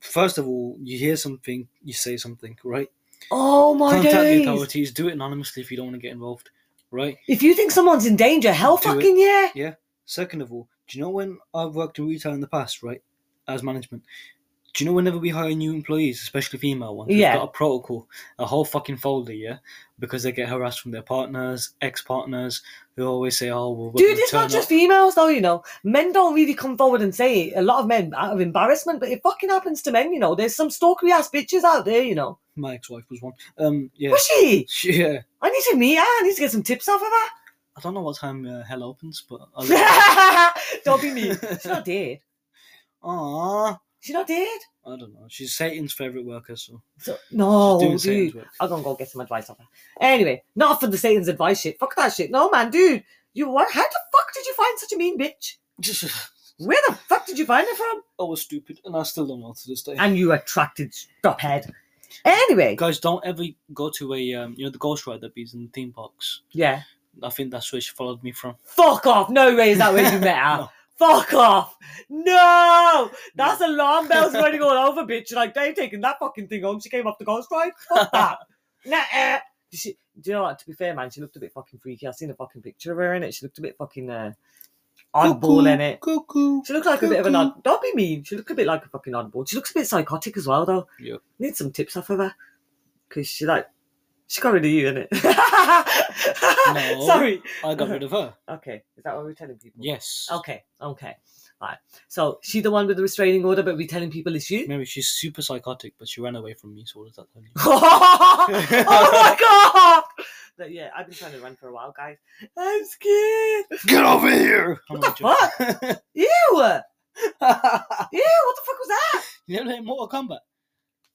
first of all, you hear something, you say something, right?
Oh my
Contact the
days.
authorities. Do it anonymously if you don't want to get involved, right?
If you think someone's in danger, hell
Do it.
fucking yeah.
Second of all, do you know when I've worked in retail in the past, right? As management, do you know whenever we hire new employees, especially female ones,
Yeah.
we've got a protocol, a whole fucking folder, yeah, because they get harassed from their partners, ex-partners, who always say, "Oh, well, we're
Dude,
gonna
it's not
turn
just
up."
females though, you know. Men don't really come forward and say it. A lot of men out of embarrassment, but it fucking happens to men, you know. There's some stalkery ass bitches out there, you know.
my ex-wife was one." Um, yeah,
Was she?
yeah.
I need to meet her. I need to get some tips off of her.
I don't know what time uh, hell opens, but I'll let
Don't be mean. She's not dead.
Aww.
She's not dead.
I don't know. She's Satan's favorite worker, so
So, no,
doing Satan's
dude.
work.
I'm gonna go get some advice off her. Anyway, not for the Satan's advice shit. Fuck that shit. No, man, dude. You what? How the fuck did you find such a mean bitch?
Just
Where the fuck did you find her from?
I was stupid, and I still don't know to this day.
And you attracted stophead. Anyway,
Guys, don't ever go to a um, you know the Ghost Rider that bees in the theme parks.
yeah.
I think that's where she followed me from.
Fuck off. No way is that where you met her.
No.
Fuck off. No, that's alarm bells running all over, bitch. Like they've taken that fucking thing home. She came off the ghost ride. Fuck that. nah. eh. She, do you know what? To be fair, man, she looked a bit fucking freaky. I seen a fucking picture of her in it. She looked a bit fucking uh, oddball in it.
Cuckoo.
She looked like a bit of an
cuckoo.
odd. Don't be mean. She looked a bit like a fucking oddball. She looks a bit psychotic as well, though.
Yep.
Need some tips off of her because she like she got rid of you in it.
No.
Sorry.
I got rid of her.
Okay, is that what we're telling people?
Yes.
Okay, okay. Right. So she the one with the restraining order, but we telling people it's you?
Maybe she's super psychotic, but she ran away from me. So what does that tell you?
oh my god! But yeah, I've been trying to run for a while, guys. I'm scared.
Get over here! I'm
What the
not
Ew! Ew! What
joking.
the fuck was that?
you never played Mortal Kombat.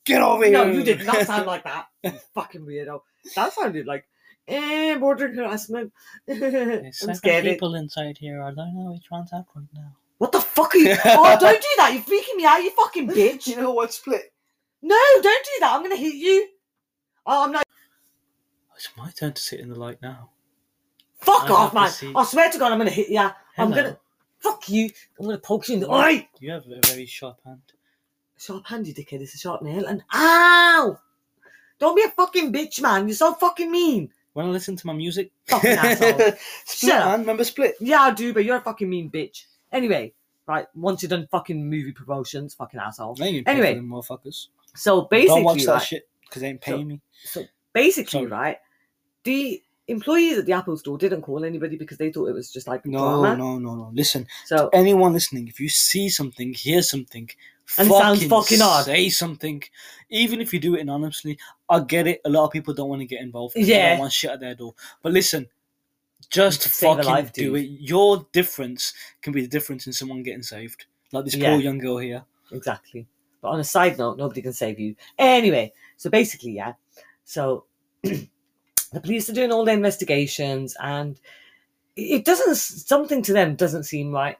Get over here!
No, you did not sound like that. You fucking weirdo. That sounded like eh, border harassment. I'm
There's seven
scared.
people inside here. I don't know which one's up right now.
What the fuck are you? Oh, don't do that! You're freaking me out, you fucking bitch!
know what split?
No, don't do that! I'm gonna hit you. Oh, I'm not.
Oh, It's my turn to sit in the light now.
Fuck
I
off,
have
man!
to see-
I swear to God, I'm gonna hit ya. I'm
Hello.
gonna fuck you. I'm gonna poke you in the
What?
eye.
You have a very sharp hand.
Sharp hand, you dickhead. It's a sharp nail. And ow! Don't be a fucking bitch, man. You're so fucking mean.
When I listen to my music,
Fucking asshole.
split
Shut up.
man, remember split?
Yeah, I do, but you're a fucking mean bitch. Anyway, right. Once you're done fucking movie promotions, fucking asshole.
Now you pay
Anyway,
for them, motherfuckers.
So
Don't watch
basically,
that
right,
shit because they ain't paying me.
basically,
Sorry.
right. The employees at the Apple store didn't call anybody because they thought it was just like
No,
drama.
no, no, no. Listen,
So
anyone listening, if you see something, hear something,
And it sounds fucking odd.
say something. Even if you do it anonymously, I get it. A lot of people don't want to get involved. They
Yeah.
don't want shit at their door. But listen, just
Save a
fucking
life,
do
dude.
it. Your difference can be the difference in someone getting saved. Like this
Yeah.
poor young girl here.
exactly. But on a side note, nobody can save you. Anyway, so basically, yeah. So the police are doing all their investigations, and it doesn't something to them doesn't seem right.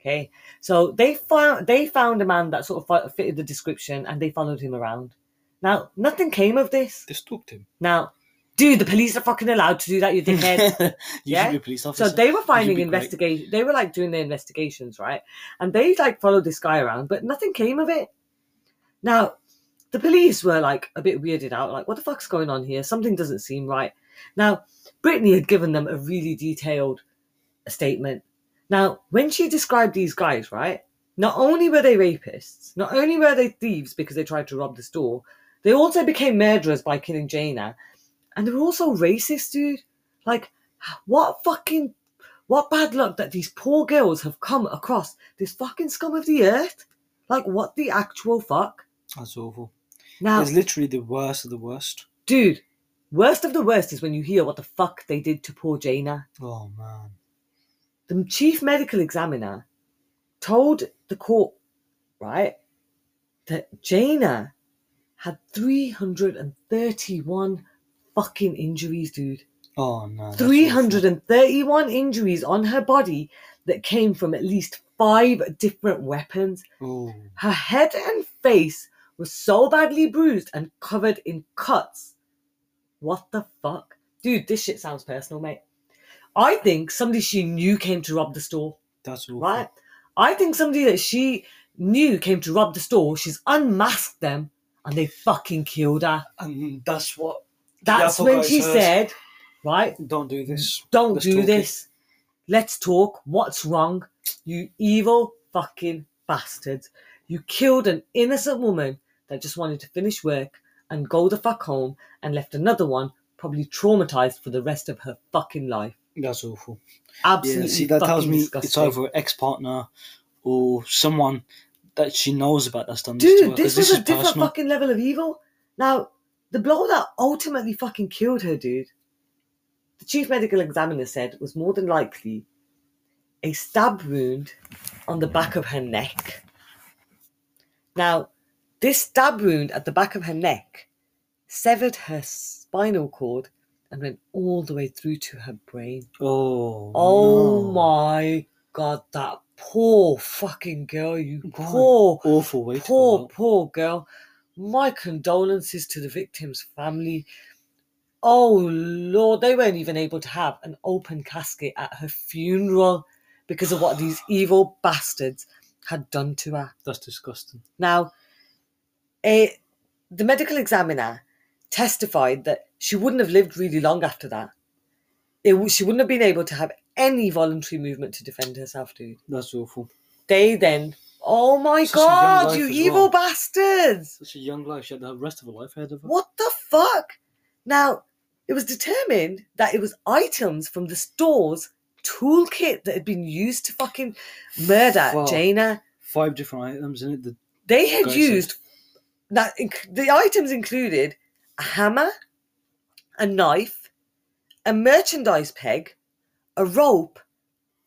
Okay, so they found they found a man that sort of fi- fitted the description, and they followed him around. Now nothing came of this.
They stalked him.
Now, dude, the police are fucking allowed to do that. You
you
dickhead. Yeah.
should be a police officer.
So they were finding
be great.
investigation. They were like doing their investigations, right? And they like followed this guy around, but nothing came of it. Now, the police were like a bit weirded out, like, what the fuck's going on here? Something doesn't seem right. Now, Brittany had given them a really detailed statement. Now, when she described these guys, right? Not only were they rapists, not only were they thieves because they tried to rob the store, they also became murderers by killing Jaina. And they were also racist, dude. Like, what fucking what bad luck that these poor girls have come across this fucking scum of the earth like what the actual fuck
That's awful.
now
It's literally the worst of the worst.
dude worst of the worst is when you hear what the fuck they did to poor jana
Oh man.
the chief medical examiner told the court right that jana had 331 fucking injuries dude
Oh no. that's
331 injuries on her body that came from at least five different weapons.
awful. Oh.
Her head and face were so badly bruised and covered in cuts. What the fuck? Dude, this shit sounds personal, mate. I think somebody she knew came to rob the store,
That's awful.
right? I think somebody that she knew came to rob the store, she's unmasked them and they fucking killed her.
And that's what.
That's
Apple
when
guy
she
says.
said, right?
Don't do this.
Don't
Let's
do
talk it.
this. Let's talk. What's wrong? You evil fucking bastards. You killed an innocent woman that just wanted to finish work and go the fuck home and left another one probably traumatized for the rest of her fucking life.
That's awful.
Absolutely.
Yeah, see, that tells
fucking
me it's
disgusting.
either ex partner or someone that she knows about that's done this to her.
Dude, this
'cause
was
is
a different
personal.
fucking level of evil. Now, the blow that ultimately fucking killed her, dude, the chief medical examiner said was more than likely a stab wound on the back of her neck. Now, this stab wound at the back of her neck severed her spinal cord and went all the way through to her brain.
Oh,
Oh
no.
my god, that poor fucking girl, you
What an
poor
Awful way to
poor,
go out.
poor girl. My condolences to the victim's family. Oh Lord, they weren't even able to have an open casket at her funeral because of what these evil bastards had done to her.
That's disgusting.
Now, eh, the medical examiner testified that she wouldn't have lived really long after that. It, w- she wouldn't have been able to have any voluntary movement to defend herself, dude
That's awful.
they then oh my
Such a young
god
life
you
as
evil
well.
bastards
Such a young life. She had the rest of her life ahead of her.
what the fuck now it was determined that it was items from the store's toolkit that had been used to fucking murder
Fuck.
jana
Five different items in it. The,
they had
Guys,
used that inc- the items included a hammer a knife a merchandise peg a rope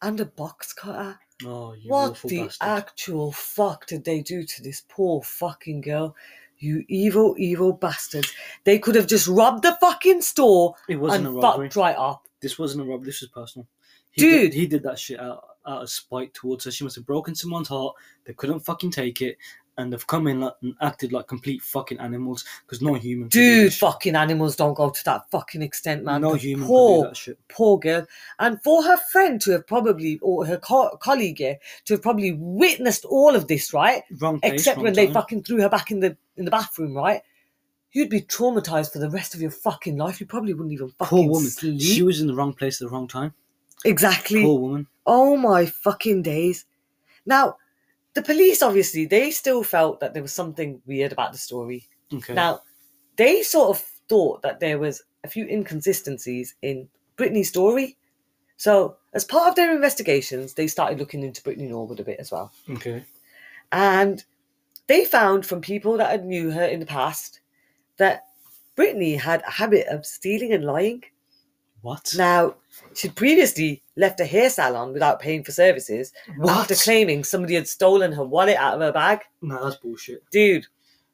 and a box cutter
oh, you
What
awful
the
bastard.
actual fuck did they do to this poor fucking girl? You evil, evil bastards. They could have just robbed the fucking store
It wasn't a
and
robbery.
fucked right up.
This wasn't a robbery. This was personal. He
Dude.
Did, he did that shit out, out of spite towards her. She must have broken someone's heart. They couldn't fucking take it. And they've come in like, and acted like complete fucking animals because no human. could do
Dude,
this shit.
fucking animals don't go to that fucking extent, man.
no
The
human could do
poor,
that shit.
poor girl. And for her friend to have probably, or her co- colleague here, to have probably witnessed all of this, right?
Wrong place,
Except
wrong
when they
time.
fucking threw her back in the in the bathroom, right? You'd be traumatized for the rest of your fucking life. You probably wouldn't even fucking
Poor woman.
sleep.
She was in the wrong place at the wrong time.
exactly.
Poor woman.
Oh my fucking days. Now, the police obviously they still felt that there was something weird about the story.
Okay.
Now, they sort of thought that there was a few inconsistencies in Britney's story. So, as part of their investigations, they started looking into Britney Norwood a bit as well.
Okay.
And they found from people that had knew her in the past that Britney had a habit of stealing and lying.
What?
Now, she'd previously left a hair salon without paying for services
what?
after claiming somebody had stolen her wallet out of her bag.
no, that's bullshit.
Dude,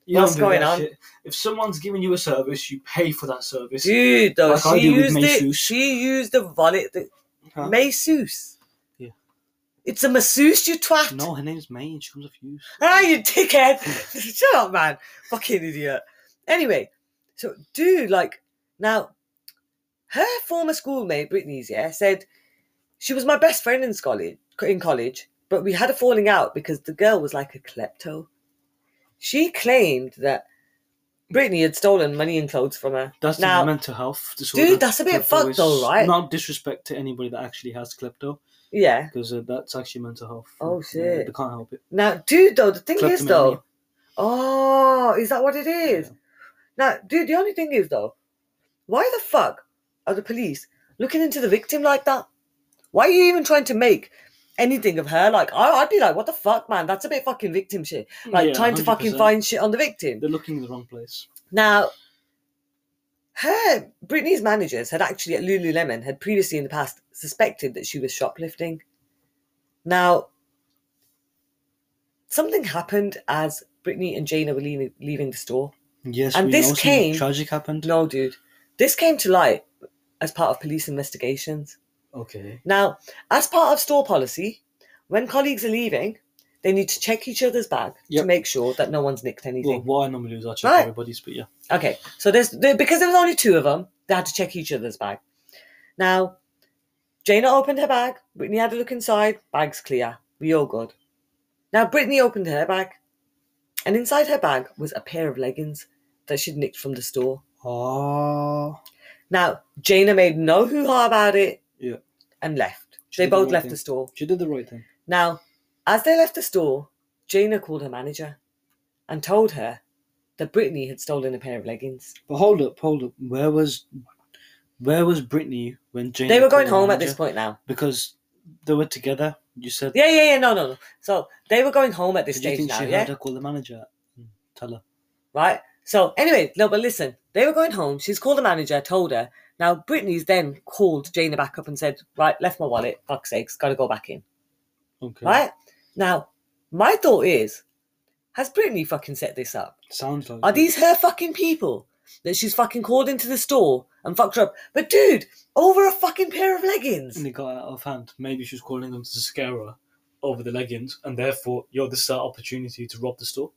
You
What's
don't do
going
that
on?
shit. If someone's giving you a service, you pay for that service.
dude, though,
Like I
she
do with
used it.
masseuse.
She used the wallet. That,
Huh?
Masseuse.
Yeah.
It's a masseuse, you twat.
No, her name's May and she comes off you.
Ah, you dickhead! Shut up, man. Fucking idiot. Anyway, so dude, like now, her former schoolmate Brittany's yeah said she was my best friend in college. In college, but we had a falling out because the girl was like a klepto. She claimed that Brittany had stolen money and clothes from her.
That's
Now-
the mental health disorder.
Dude, that's a bit
Klepto
fucked
is-
though, right?
Not disrespect to anybody that actually has klepto,
Yeah.
because uh, that's actually mental health.
Oh,
Yeah,
shit.
they can't help it.
Now, dude, though the thing is
Kleptomania.
though, oh, is that what it is?
Yeah.
Now, dude, the only thing is though, why the fuck are the police looking into the victim like that? Why are you even trying to make anything of her? Like, I, I'd be like, what the fuck, man? That's a bit fucking victim shit. Like,
Yeah,
trying to fucking
100%.
find shit on the victim.
They're looking in the wrong place.
Now, her Britney's managers had actually at Lululemon had previously in the past suspected that she was shoplifting. Now, something happened as Britney and Jana were leaving, leaving the store.
Yes,
And
we
this
know something
came-
tragic happened.
No, dude. This came to light as part of police investigations.
Okay.
Now, as part of store policy, when colleagues are leaving, they need to check each other's bag
Yep.
to make sure that no one's nicked anything.
Well, what I normally do is I check
Right.
everybody's, but yeah.
Okay, so there's there, because there was only two of them, they had to check each other's bag. Now, Jana opened her bag. Brittany had a look inside. Bag's clear. We all good. Now Brittany opened her bag, and inside her bag was a pair of leggings that she'd nicked from the store.
Oh.
Now Jana made no hoo ha about it.
Yeah.
And left.
She
they
did the
both
right
left
thing.
the store.
She did the right thing.
Now, as they left the store, Jana called her manager, and told her that Brittany had stolen a pair of leggings.
But hold up, hold up. Where was where was Brittany when Jane
They were going home at this point now.
Because they were together. You said
Yeah, yeah, yeah. No, no, no. So they were going home at this
Did you
stage
think
now,
she
yeah,
heard her call the manager and tell her?
right. So anyway, no, but listen, they were going home. She's called the manager, told her. Now Brittany's then called Jana back up and said, "Right, left my wallet. Fuck's sakes, got to go back in."
Okay.
Right now, my thought is, has Brittany fucking set this up?
Sounds like
Are
it.
these her fucking people that she's fucking called into the store and fucked her up? But dude, over a fucking pair of leggings.
and they got out of hand. Maybe she was calling them to scare her over the leggings, and therefore, yo, this is our opportunity to rob the store.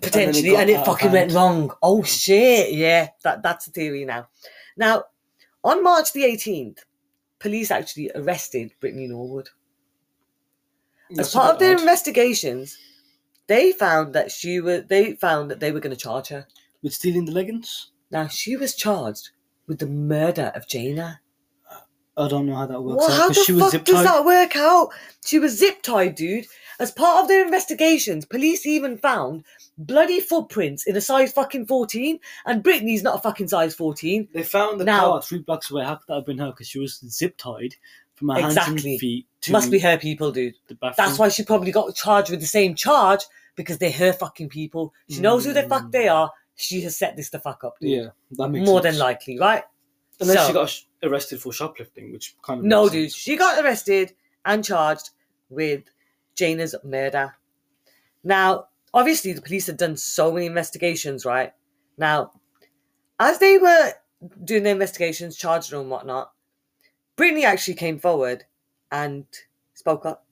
potentially,
got
and it,
out of
fucking went
hand.
wrong. Oh shit! Yeah, that that's the theory now. Now, on March the eighteenth, police actually arrested Brittany Norwood as
That's a
part of
bit
their
odd.
investigations. They found that she were. They found that they were going to charge her.
with stealing the leggings.
Now she was charged with the murder of Jana.
I don't know how that works.
Well,
out,
how
'cause
the
she was
fuck
zip
does
tied.
that work out? She was zip tied, dude. As part of their investigations, police even found bloody footprints in a size fucking 14, and Britney's not a fucking size 14.
They found the
Now-
car three blocks away. How could that have been her? Because she was zip tied from her hands
Exactly.
and feet to
Must be her people, dude.
the bathroom.
That's why she probably got charged with the same charge because they're her fucking people. She knows who the fuck they are. She has set this the fuck up, dude.
Mm. Yeah, that makes
More
sense.
than likely, right?
Unless
So-
she got sh- arrested for shoplifting, which kind of
No,
makes
dude.
sense.
She got arrested and charged with Jana's murder. Now, obviously, the police had done so many investigations, right? Now, as they were doing their investigations, charged her and whatnot, Brittany actually came forward and spoke up.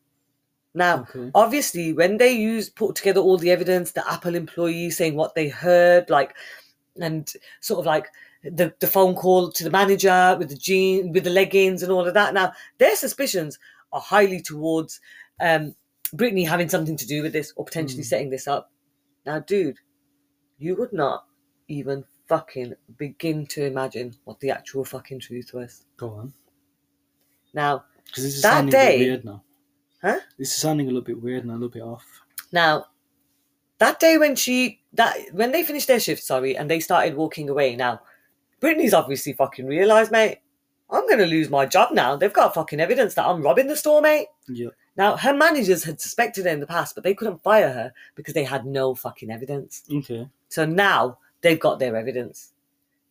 Now,
Okay.
obviously, when they used put together all the evidence, the Apple employee saying what they heard, like, and sort of like the, the phone call to the manager with the jean with the leggings and all of that. Now, their suspicions are highly towards um, Brittany having something to do with this or potentially
Hmm.
setting this up. Now, dude, you would not even fucking begin to imagine what the actual fucking truth was.
Go on.
Now,
Because this is
That
sounding a
day-
bit weird now.
Huh?
This is sounding a little bit weird and a little bit off.
Now, that day when she that when they finished their shift, sorry, and they started walking away. Now, Britney's obviously fucking realised, mate, I'm going to lose my job now. They've got fucking evidence that I'm robbing the store, mate.
Yeah.
Now, her managers had suspected her in the past, but they couldn't fire her because they had no fucking evidence.
Okay.
So now they've got their evidence.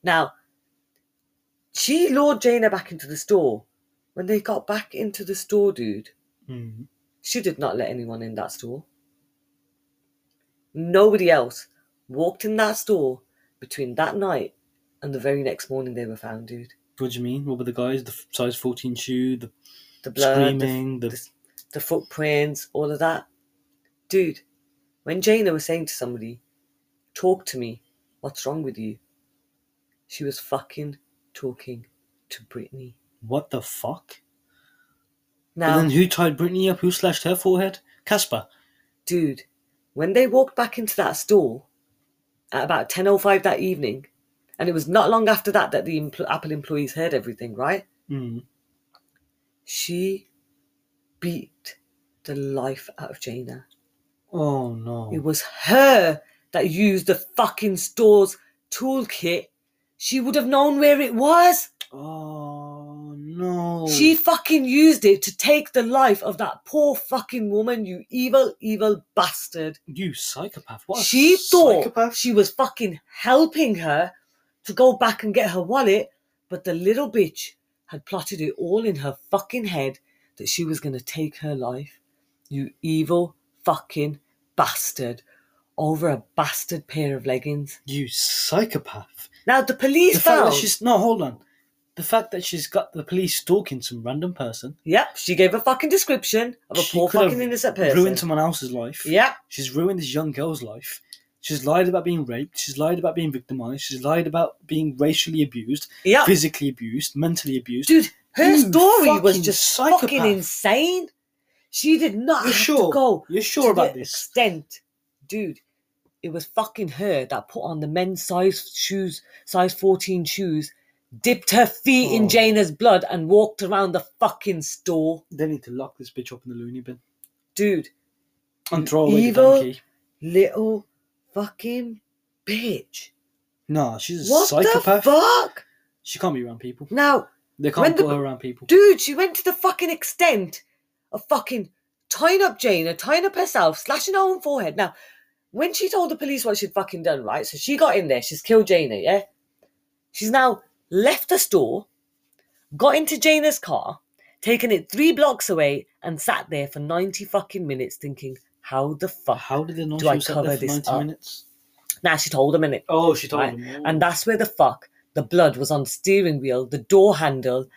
Now, she lured Jaina back into the store. When they got back into the store, dude,
Mm.
she did not let anyone in that store. Nobody else walked in that store between that night and the very next morning they were found, dude.
What do you mean? What were the guys? The f- size 14 shoe, the
The blood, the,
screaming, the.
the- the footprints, all of that. Dude, when Jaina was saying to somebody, talk to me, what's wrong with you? She was fucking talking to Brittany.
What the fuck?
Now,
And then who tied Brittany up? Who slashed her forehead? Casper.
dude, when they walked back into that store at about 10.05 that evening, and it was not long after that that the empl- Apple employees heard everything, right?
Mm.
She beat the life out of Jaina.
Oh no.
It was her that used the fucking store's toolkit. She would have known where it was.
Oh no.
She fucking used it to take the life of that poor fucking woman, you evil, evil bastard.
You psychopath. What a
she thought
psychopath.
she was fucking helping her to go back and get her wallet, but the little bitch had plotted it all in her fucking head that she was going to take her life. You evil fucking bastard. Over a bastard pair of leggings.
You psychopath.
Now the police
The fact
found.
that she's no, hold on. The fact that she's got the police stalking some random person,
Yep, she gave a fucking description of a
She
poor
could have
fucking innocent person.
ruined someone else's life.
Yep,
She's ruined this young girl's life. She's lied about being raped. She's lied about being victimized. She's lied about being racially abused,
yep.
physically abused, mentally abused.
Ah. Dude, her
You
story was
fucking
just fucking
psychopath.
insane. She did not
You're
have
sure?
to go
You're sure
to the
about this?
extent, dude. It was fucking her that put on the men's size shoes, size fourteen shoes, dipped her feet
Oh.
in Jaina's blood, and walked around the fucking store,
They need to lock this bitch up in the loony bin
dude.
and throw away
evil-
the donkey.
Little fucking bitch.
Nah, she's a
What
psychopath.
the fuck?
She can't be around people.
Now,
They
When
can't
the-
put her around people.
Dude, she went to the fucking extent of fucking tying up Jaina, tying up herself, slashing her own forehead. Now, when she told the police what she'd fucking done, right? So she got in there, she's killed Jaina, yeah? She's now left the store, got into Jaina's car, taken it three blocks away, and sat there for 90 fucking minutes thinking, how the fuck?
How did they know
Do
she
I
was sat there
cover
for
this
90
up?
minutes?
Now she told them, innit?
Oh, she told
Right.
him.
And that's where the fuck the blood was on the steering wheel, the door handle,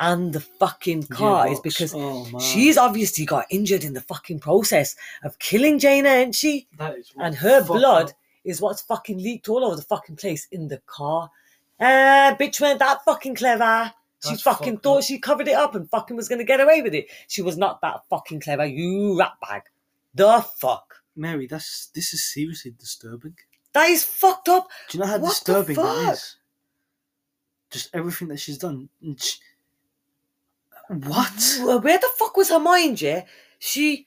and the fucking car is
Gearbox.
because
oh, man.
She's obviously got injured in the fucking process of killing Jaina, ain't she?
That is what
And her
fuck
blood
up.
is what's fucking leaked all over the fucking place in the car. Ah, bitch weren't that fucking clever. She
That's
fucking
fucked
thought
up.
she covered it up and fucking was gonna get away with it. She was not that fucking clever, you ratbag. The fuck.
Mary, that's this is seriously disturbing.
That is fucked up.
Do you know how
What the
disturbing that
fuck?
is? Just everything that she's done. and she- What?
Wh- Where the fuck was her mind, yeah? She.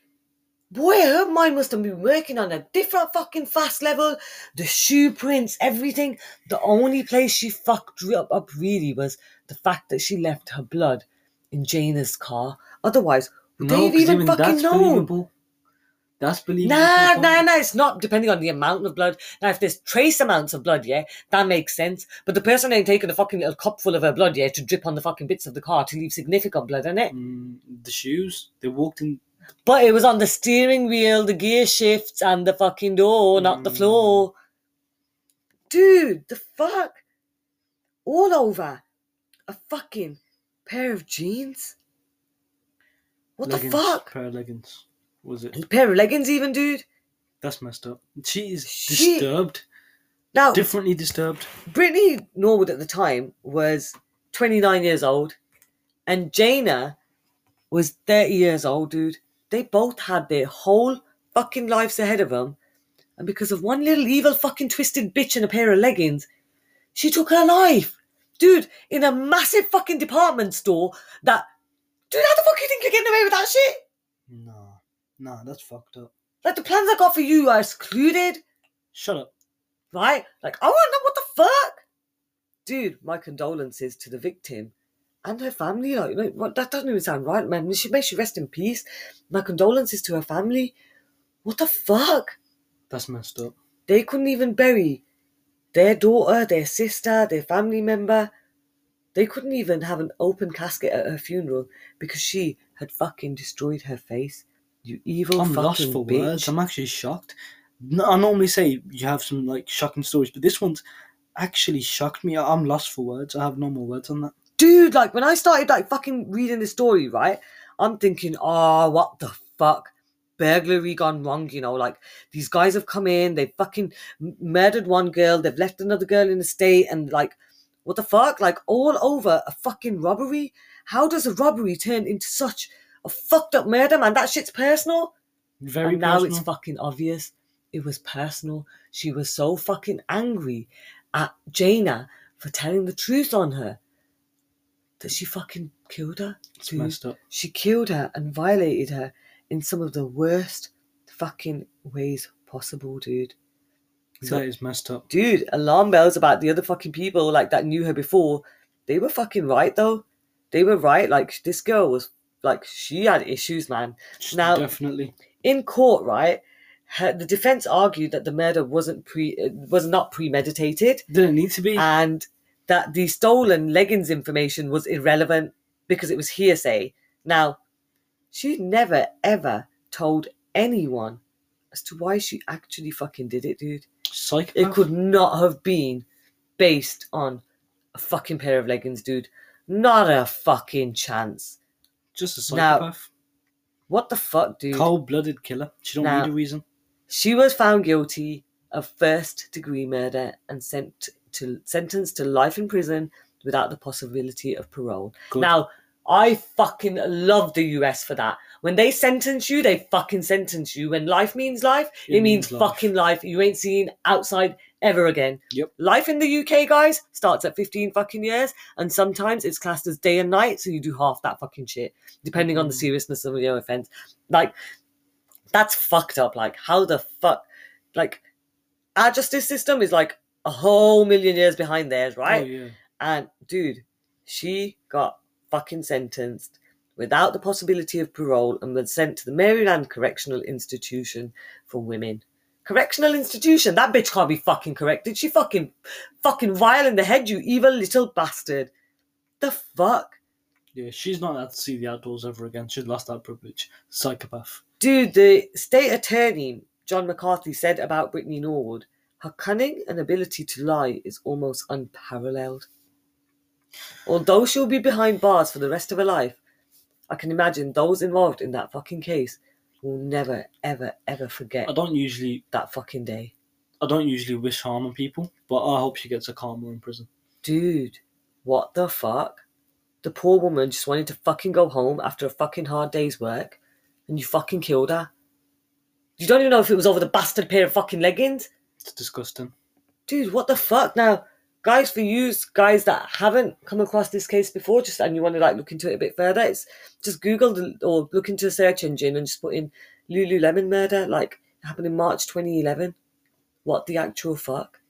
Boy, her mind must have been working on a different fucking fast level. The shoe prints, everything. The only place she fucked re- up, up really was the fact that she left her blood in Jaina's car. Otherwise, would they have
'cause
even fucking
that's
known?
believable. That's believable.
Nah,
to a
nah,
point.
nah, it's not depending on the amount of blood. Now, if there's trace amounts of blood, yeah, that makes sense. But the person ain't taking a fucking little cupful of her blood, yeah, to drip on the fucking bits of the car to leave significant blood, innit?
Mm, the shoes. They walked in.
But it was on the steering wheel, the gear shifts, and the fucking door, not the
Mm.
floor. Hmm. Dude, the fuck? All over a fucking pair of jeans? What
leggings,
the fuck?
Pair of leggings. Was it?
A pair of leggings, even, dude?
That's messed up. She is
She-
disturbed.
Now,
Differently disturbed.
Brittany Norwood at the time was 29 years old, and Jaina was 30 years old, dude. They both had their whole fucking lives ahead of them. And because of one little evil fucking twisted bitch in a pair of leggings, she took her life. Dude, in a massive fucking department store that. Dude, how the fuck you think you're getting away with that shit?
Nah, nah, that's fucked up.
Like, the plans I got for you are excluded,
Shut up.
right? Like, I want to know what the fuck. dude, my condolences to the victim and her family. Like, you know, what, that doesn't even sound right, man. She may she rest in peace. My condolences to her family. What the fuck?
That's messed up.
They couldn't even bury their daughter, their sister, their family member. They couldn't even have an open casket at her funeral because she had fucking destroyed her face. You evil
I'm
fucking
lost for
bitch.
words. I'm actually shocked. No, I normally say you have some like shocking stories, but this one's actually shocked me. I- I'm lost for words. I have no more words on that.
dude, like when I started like fucking reading the story, right? I'm thinking, oh, what the fuck? Burglary gone wrong, you know, like these guys have come in, they fucking m- murdered one girl, they've left another girl in the state, and like, what the fuck? Like, all over a fucking robbery? How does a robbery turn into such a fucked up murder, man? That shit's personal
Very
and now
personal.
it's fucking obvious. It was personal. She was so fucking angry at Jaina for telling the truth on her that she fucking killed her.
It's
dude.
messed up.
She killed her and violated her in some of the worst fucking ways possible, dude. So-
that is messed up.
Dude, alarm bells about the other fucking people like that knew her before. They were fucking right though. They were right. Like this girl was like she had issues, man. Now-
definitely.
in court, right? Her, the defense argued that the murder wasn't pre uh, was not premeditated
Didn't need to be.
and that the stolen leggings information was irrelevant because it was hearsay. Now, she never ever told anyone as to why she actually fucking did it, dude.
Psychopath.
It could not have been based on a fucking pair of leggings, dude. Not a fucking chance.
Just a
Now-
psychopath.
What the fuck, dude?
Cold-blooded killer. She don't
Now-
need a reason.
She was found guilty of first degree murder and sent to sentenced to life in prison without the possibility of parole.
Good.
Now, I fucking love the US for that. When they sentence you, they fucking sentence you. When life means life, it,
It
means,
means life.
fucking life. You ain't seen outside ever again.
Yep.
Life in the UK, guys, starts at 15 fucking years, and sometimes it's classed as day and night, so you do half that fucking shit, depending on the
Mm.
seriousness of your offense. Like, that's fucked up. Like, how the fuck? Like, our justice system is like a whole million years behind theirs, right?
Oh, yeah.
And dude, she got fucking sentenced without the possibility of parole and was sent to the Maryland Correctional Institution for Women. Correctional institution? That bitch can't be fucking corrected. She fucking fucking vile in the head, you evil little bastard. The fuck?
Yeah, she's not allowed to see the outdoors ever again. She's lost that privilege. Psychopath.
Dude, the state attorney, John McCarthy, said about Brittany Norwood, her cunning and ability to lie is almost unparalleled. Although she'll be behind bars for the rest of her life, I can imagine those involved in that fucking case will never, ever, ever forget
I don't usually,
that fucking day.
I don't usually wish harm on people, but I hope she gets a karma in prison.
Dude, what the fuck? The poor woman just wanted to fucking go home after a fucking hard day's work and you fucking killed her. You don't even know if it was over the bastard pair of fucking leggings.
It's disgusting.
dude, what the fuck? Now, guys, for you guys that haven't come across this case before, just and you want to like look into it a bit further, it's just Google the, or look into a search engine and just put in Lululemon murder, like it happened in March 2011. What the actual fuck?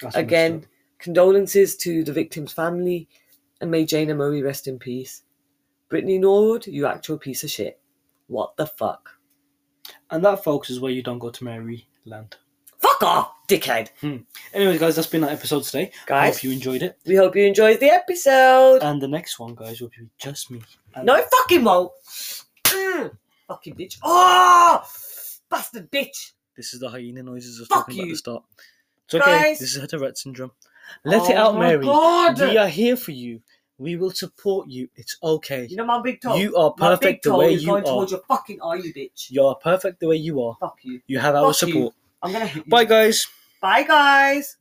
That's messed
Again,
up.
condolences to the victim's family, and may Jane and Murray rest in peace. Brittany Norwood, you actual piece of shit. What the fuck?
And that, folks, is where you don't go to Maryland.
Fuck off, dickhead.
Anyway, guys, that's been that episode today. I
Guys.
hope you enjoyed it.
We hope you enjoyed the episode.
And the next one, guys, will be just me. And
No, it fucking won't. Mm, fucking bitch. Oh, bastard bitch.
This is the hyena noises I was
Fuck
talking about at
you.
the start. It's okay.
Guys.
This is Hetterette syndrome. Let
Oh
it out,
my
Mary.
God.
We are here for you. We will support you. It's okay.
You know my big toe.
You are
my big
perfect the
toe
way
is
you
going
are.
towards your fucking eye, you bitch.
You are perfect the way you are.
Fuck you.
You have our
Fuck you.
support.
I'm gonna hit you.
Bye, guys.
Bye, guys.